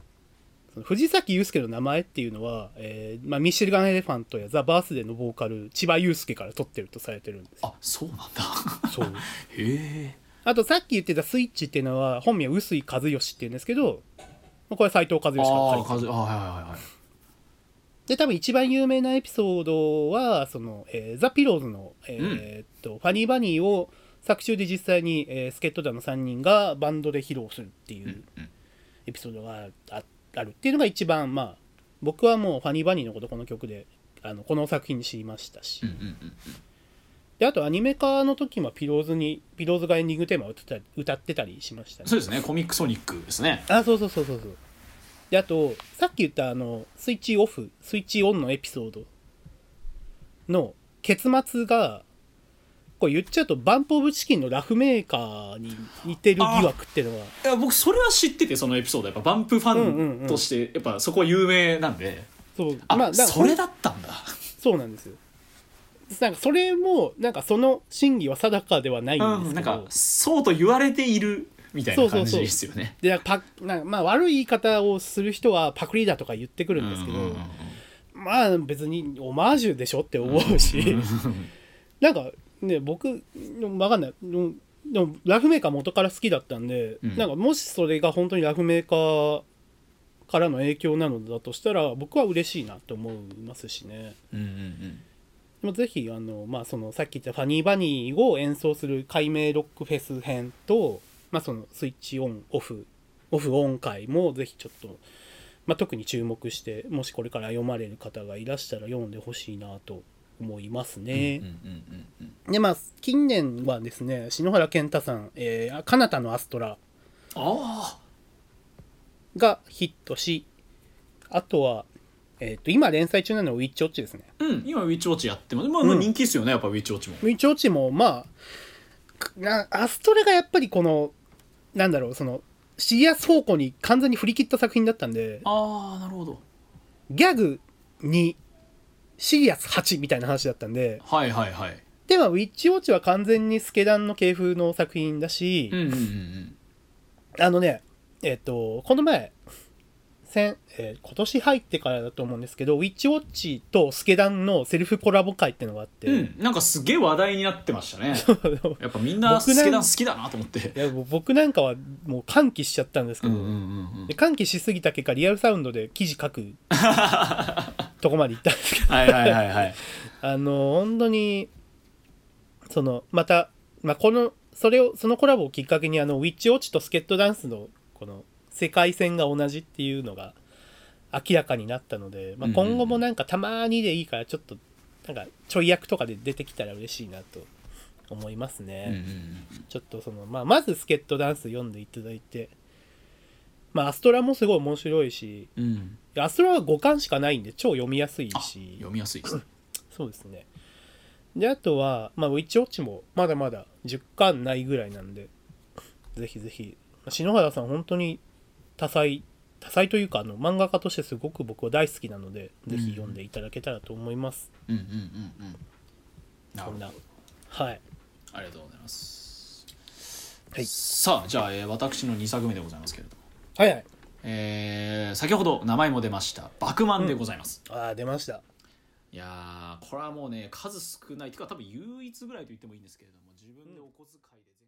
[SPEAKER 3] その藤崎祐介の名前っていうのは、えーまあ、ミシルガン・エレファントやザ・バースデーのボーカル千葉祐介から取ってるとされてるんですよ
[SPEAKER 1] あそうなん だ
[SPEAKER 3] そう
[SPEAKER 1] へえ
[SPEAKER 3] あとさっき言ってたスイッチっていうのは本名臼井和義っていうんですけどこれは斎藤和
[SPEAKER 1] あ
[SPEAKER 3] 義から
[SPEAKER 1] あ
[SPEAKER 3] 借りてる
[SPEAKER 1] ーあはいはいはいはい
[SPEAKER 3] で多分一番有名なエピソードはその、えーザ・ピローズの、えー
[SPEAKER 1] うん
[SPEAKER 3] えーっとファニーバニーを作中で実際に、えー、助っ人団の3人がバンドで披露するっていううん
[SPEAKER 1] うん
[SPEAKER 3] エピソードがああるっていうのが一番まあ僕はもうファニーバニーのことこの曲であのこの作品に知りましたし、
[SPEAKER 1] うんうんうん
[SPEAKER 3] であとアニメ化の時もピローズにピローズがエンディングテーマを歌ってたり歌ってたりしましたね
[SPEAKER 1] そうですねコミックソニックですね
[SPEAKER 3] あそうそうそうそうそうであとさっき言ったあのスイッチオフスイッチオンのエピソードの結末がこれ言っちゃうとバンプ・オブ・チキンのラフメーカーに似てる疑惑っていうのはい
[SPEAKER 1] や僕それは知っててそのエピソードやっぱバンプフ
[SPEAKER 3] うんうんう
[SPEAKER 1] ァ
[SPEAKER 3] ん
[SPEAKER 1] ンとしてやっぱそこは有名なんで
[SPEAKER 3] そう
[SPEAKER 1] あ、
[SPEAKER 3] なんか
[SPEAKER 1] それだったんだ
[SPEAKER 3] そうなんですよなんかそれもなんかその真偽は定かではないんで
[SPEAKER 1] うん
[SPEAKER 3] すけ
[SPEAKER 1] なん
[SPEAKER 3] ど、
[SPEAKER 1] かそうと言われているみたい
[SPEAKER 3] そ
[SPEAKER 1] な
[SPEAKER 3] うそうそう
[SPEAKER 1] 感じですよね
[SPEAKER 3] でなんかパなんかまあ悪い言い方をする人はパクリだとか言ってくるんですけど、
[SPEAKER 1] うんうんうん
[SPEAKER 3] まあ別にオマージュでしょって思うし、なんかね僕わかんないでもでもラフメーカー元から好きだったんで、
[SPEAKER 1] うん
[SPEAKER 3] なんかもしそれが本当にラフメーカーからの影響なのだとしたら僕は嬉しいなと思いますしね
[SPEAKER 1] うんうん
[SPEAKER 3] でもぜひあの、まあ、そのさっき言った「ファニーバニー」を演奏する解明ロックフェス編と、まあ、そのスイッチオンオフオフオン回もぜひちょっと、まあ、特に注目してもしこれから読まれる方がいらしたら読んでほしいなと思いますね。
[SPEAKER 1] うんうんうんうん
[SPEAKER 3] でまあ近年はですね篠原健太さん「えー、かなたのアストラ
[SPEAKER 1] あ」
[SPEAKER 3] がヒットしあとは、えー、と今連載中なのはウィッチウォッチですね
[SPEAKER 1] あうん今ウィッチウォッチやってますまあまあ
[SPEAKER 3] うん
[SPEAKER 1] 人気ですよねやっぱウィッチウォッチも
[SPEAKER 3] ウィッチウォッチもまあかなアストラがやっぱりこのなんだろうそのシリアス方向に完全に振り切った作品だったんで
[SPEAKER 1] ああなるほど
[SPEAKER 3] ギャグにシリアス8みたいな話だったんで
[SPEAKER 1] はいはいはい
[SPEAKER 3] ではウィッチウォッチは完全にスケダンの系風の作品だし、
[SPEAKER 1] うんうんうんうん
[SPEAKER 3] あのね、えっ、と、この前、先えー今年入ってからだと思うんですけど、ウィッチウォッチとスケダンのセルフコラボ会 っていうのがあって、
[SPEAKER 1] うん、なんかすげえ話題になってま したねやっぱみんな
[SPEAKER 3] 僕なん
[SPEAKER 1] スケダン好きだなと思って
[SPEAKER 3] いやもう僕なんかはもう歓喜しちゃったんですけ
[SPEAKER 1] うん
[SPEAKER 3] ど、
[SPEAKER 1] うんうんうん
[SPEAKER 3] で歓喜しすぎた結果、リアルサウンドで記事書くとこまで行ったんですけど、
[SPEAKER 1] はいはいはい はい
[SPEAKER 3] あの、本当に、その、また、まあ、この、それを、そのコラボをきっかけに、あの、ウィッチウォッチとスケットダンスの、この、世界線が同じっていうのが明らかになったので、まあ、
[SPEAKER 1] うんうんうん
[SPEAKER 3] 今後もなんかたまにでいいから、ちょっと、なんか、ちょい役とかで出てきたら嬉しいなと思います
[SPEAKER 1] うんうんう
[SPEAKER 3] ね。
[SPEAKER 1] ん
[SPEAKER 3] ちょっとその、まあ、まずスケットダンス読んでいただいて、まあ、アストラもすごい面白いし、
[SPEAKER 1] うん
[SPEAKER 3] アストラは5巻しかないんで、超読みやすい
[SPEAKER 1] あ
[SPEAKER 3] し。
[SPEAKER 1] 読みやすいですね
[SPEAKER 3] そうですね。で、あとは、まあ、ウィッチウォッチもまだまだ10巻ないぐらいなんで、ぜひぜひ、まあ篠原さん、本当に多彩多彩というかあの漫画家としてすごく僕は大好きなので、ぜひ読んでいただけたらと思います。
[SPEAKER 1] うんうんうんうんなる
[SPEAKER 3] こ
[SPEAKER 1] ほ
[SPEAKER 3] ん
[SPEAKER 1] ど
[SPEAKER 3] なはい
[SPEAKER 1] ありがとうございます、
[SPEAKER 3] はい
[SPEAKER 1] さあじゃあ、えー私の2作目でございますけれども、
[SPEAKER 3] はいはい。
[SPEAKER 1] えー先ほど名前も出ました「バクマン」でございます、
[SPEAKER 3] ああ出ました。
[SPEAKER 1] いやーこれはもうね数少ないていうか多分唯一ぐらいと言ってもいいんですけれども自分でお小遣いで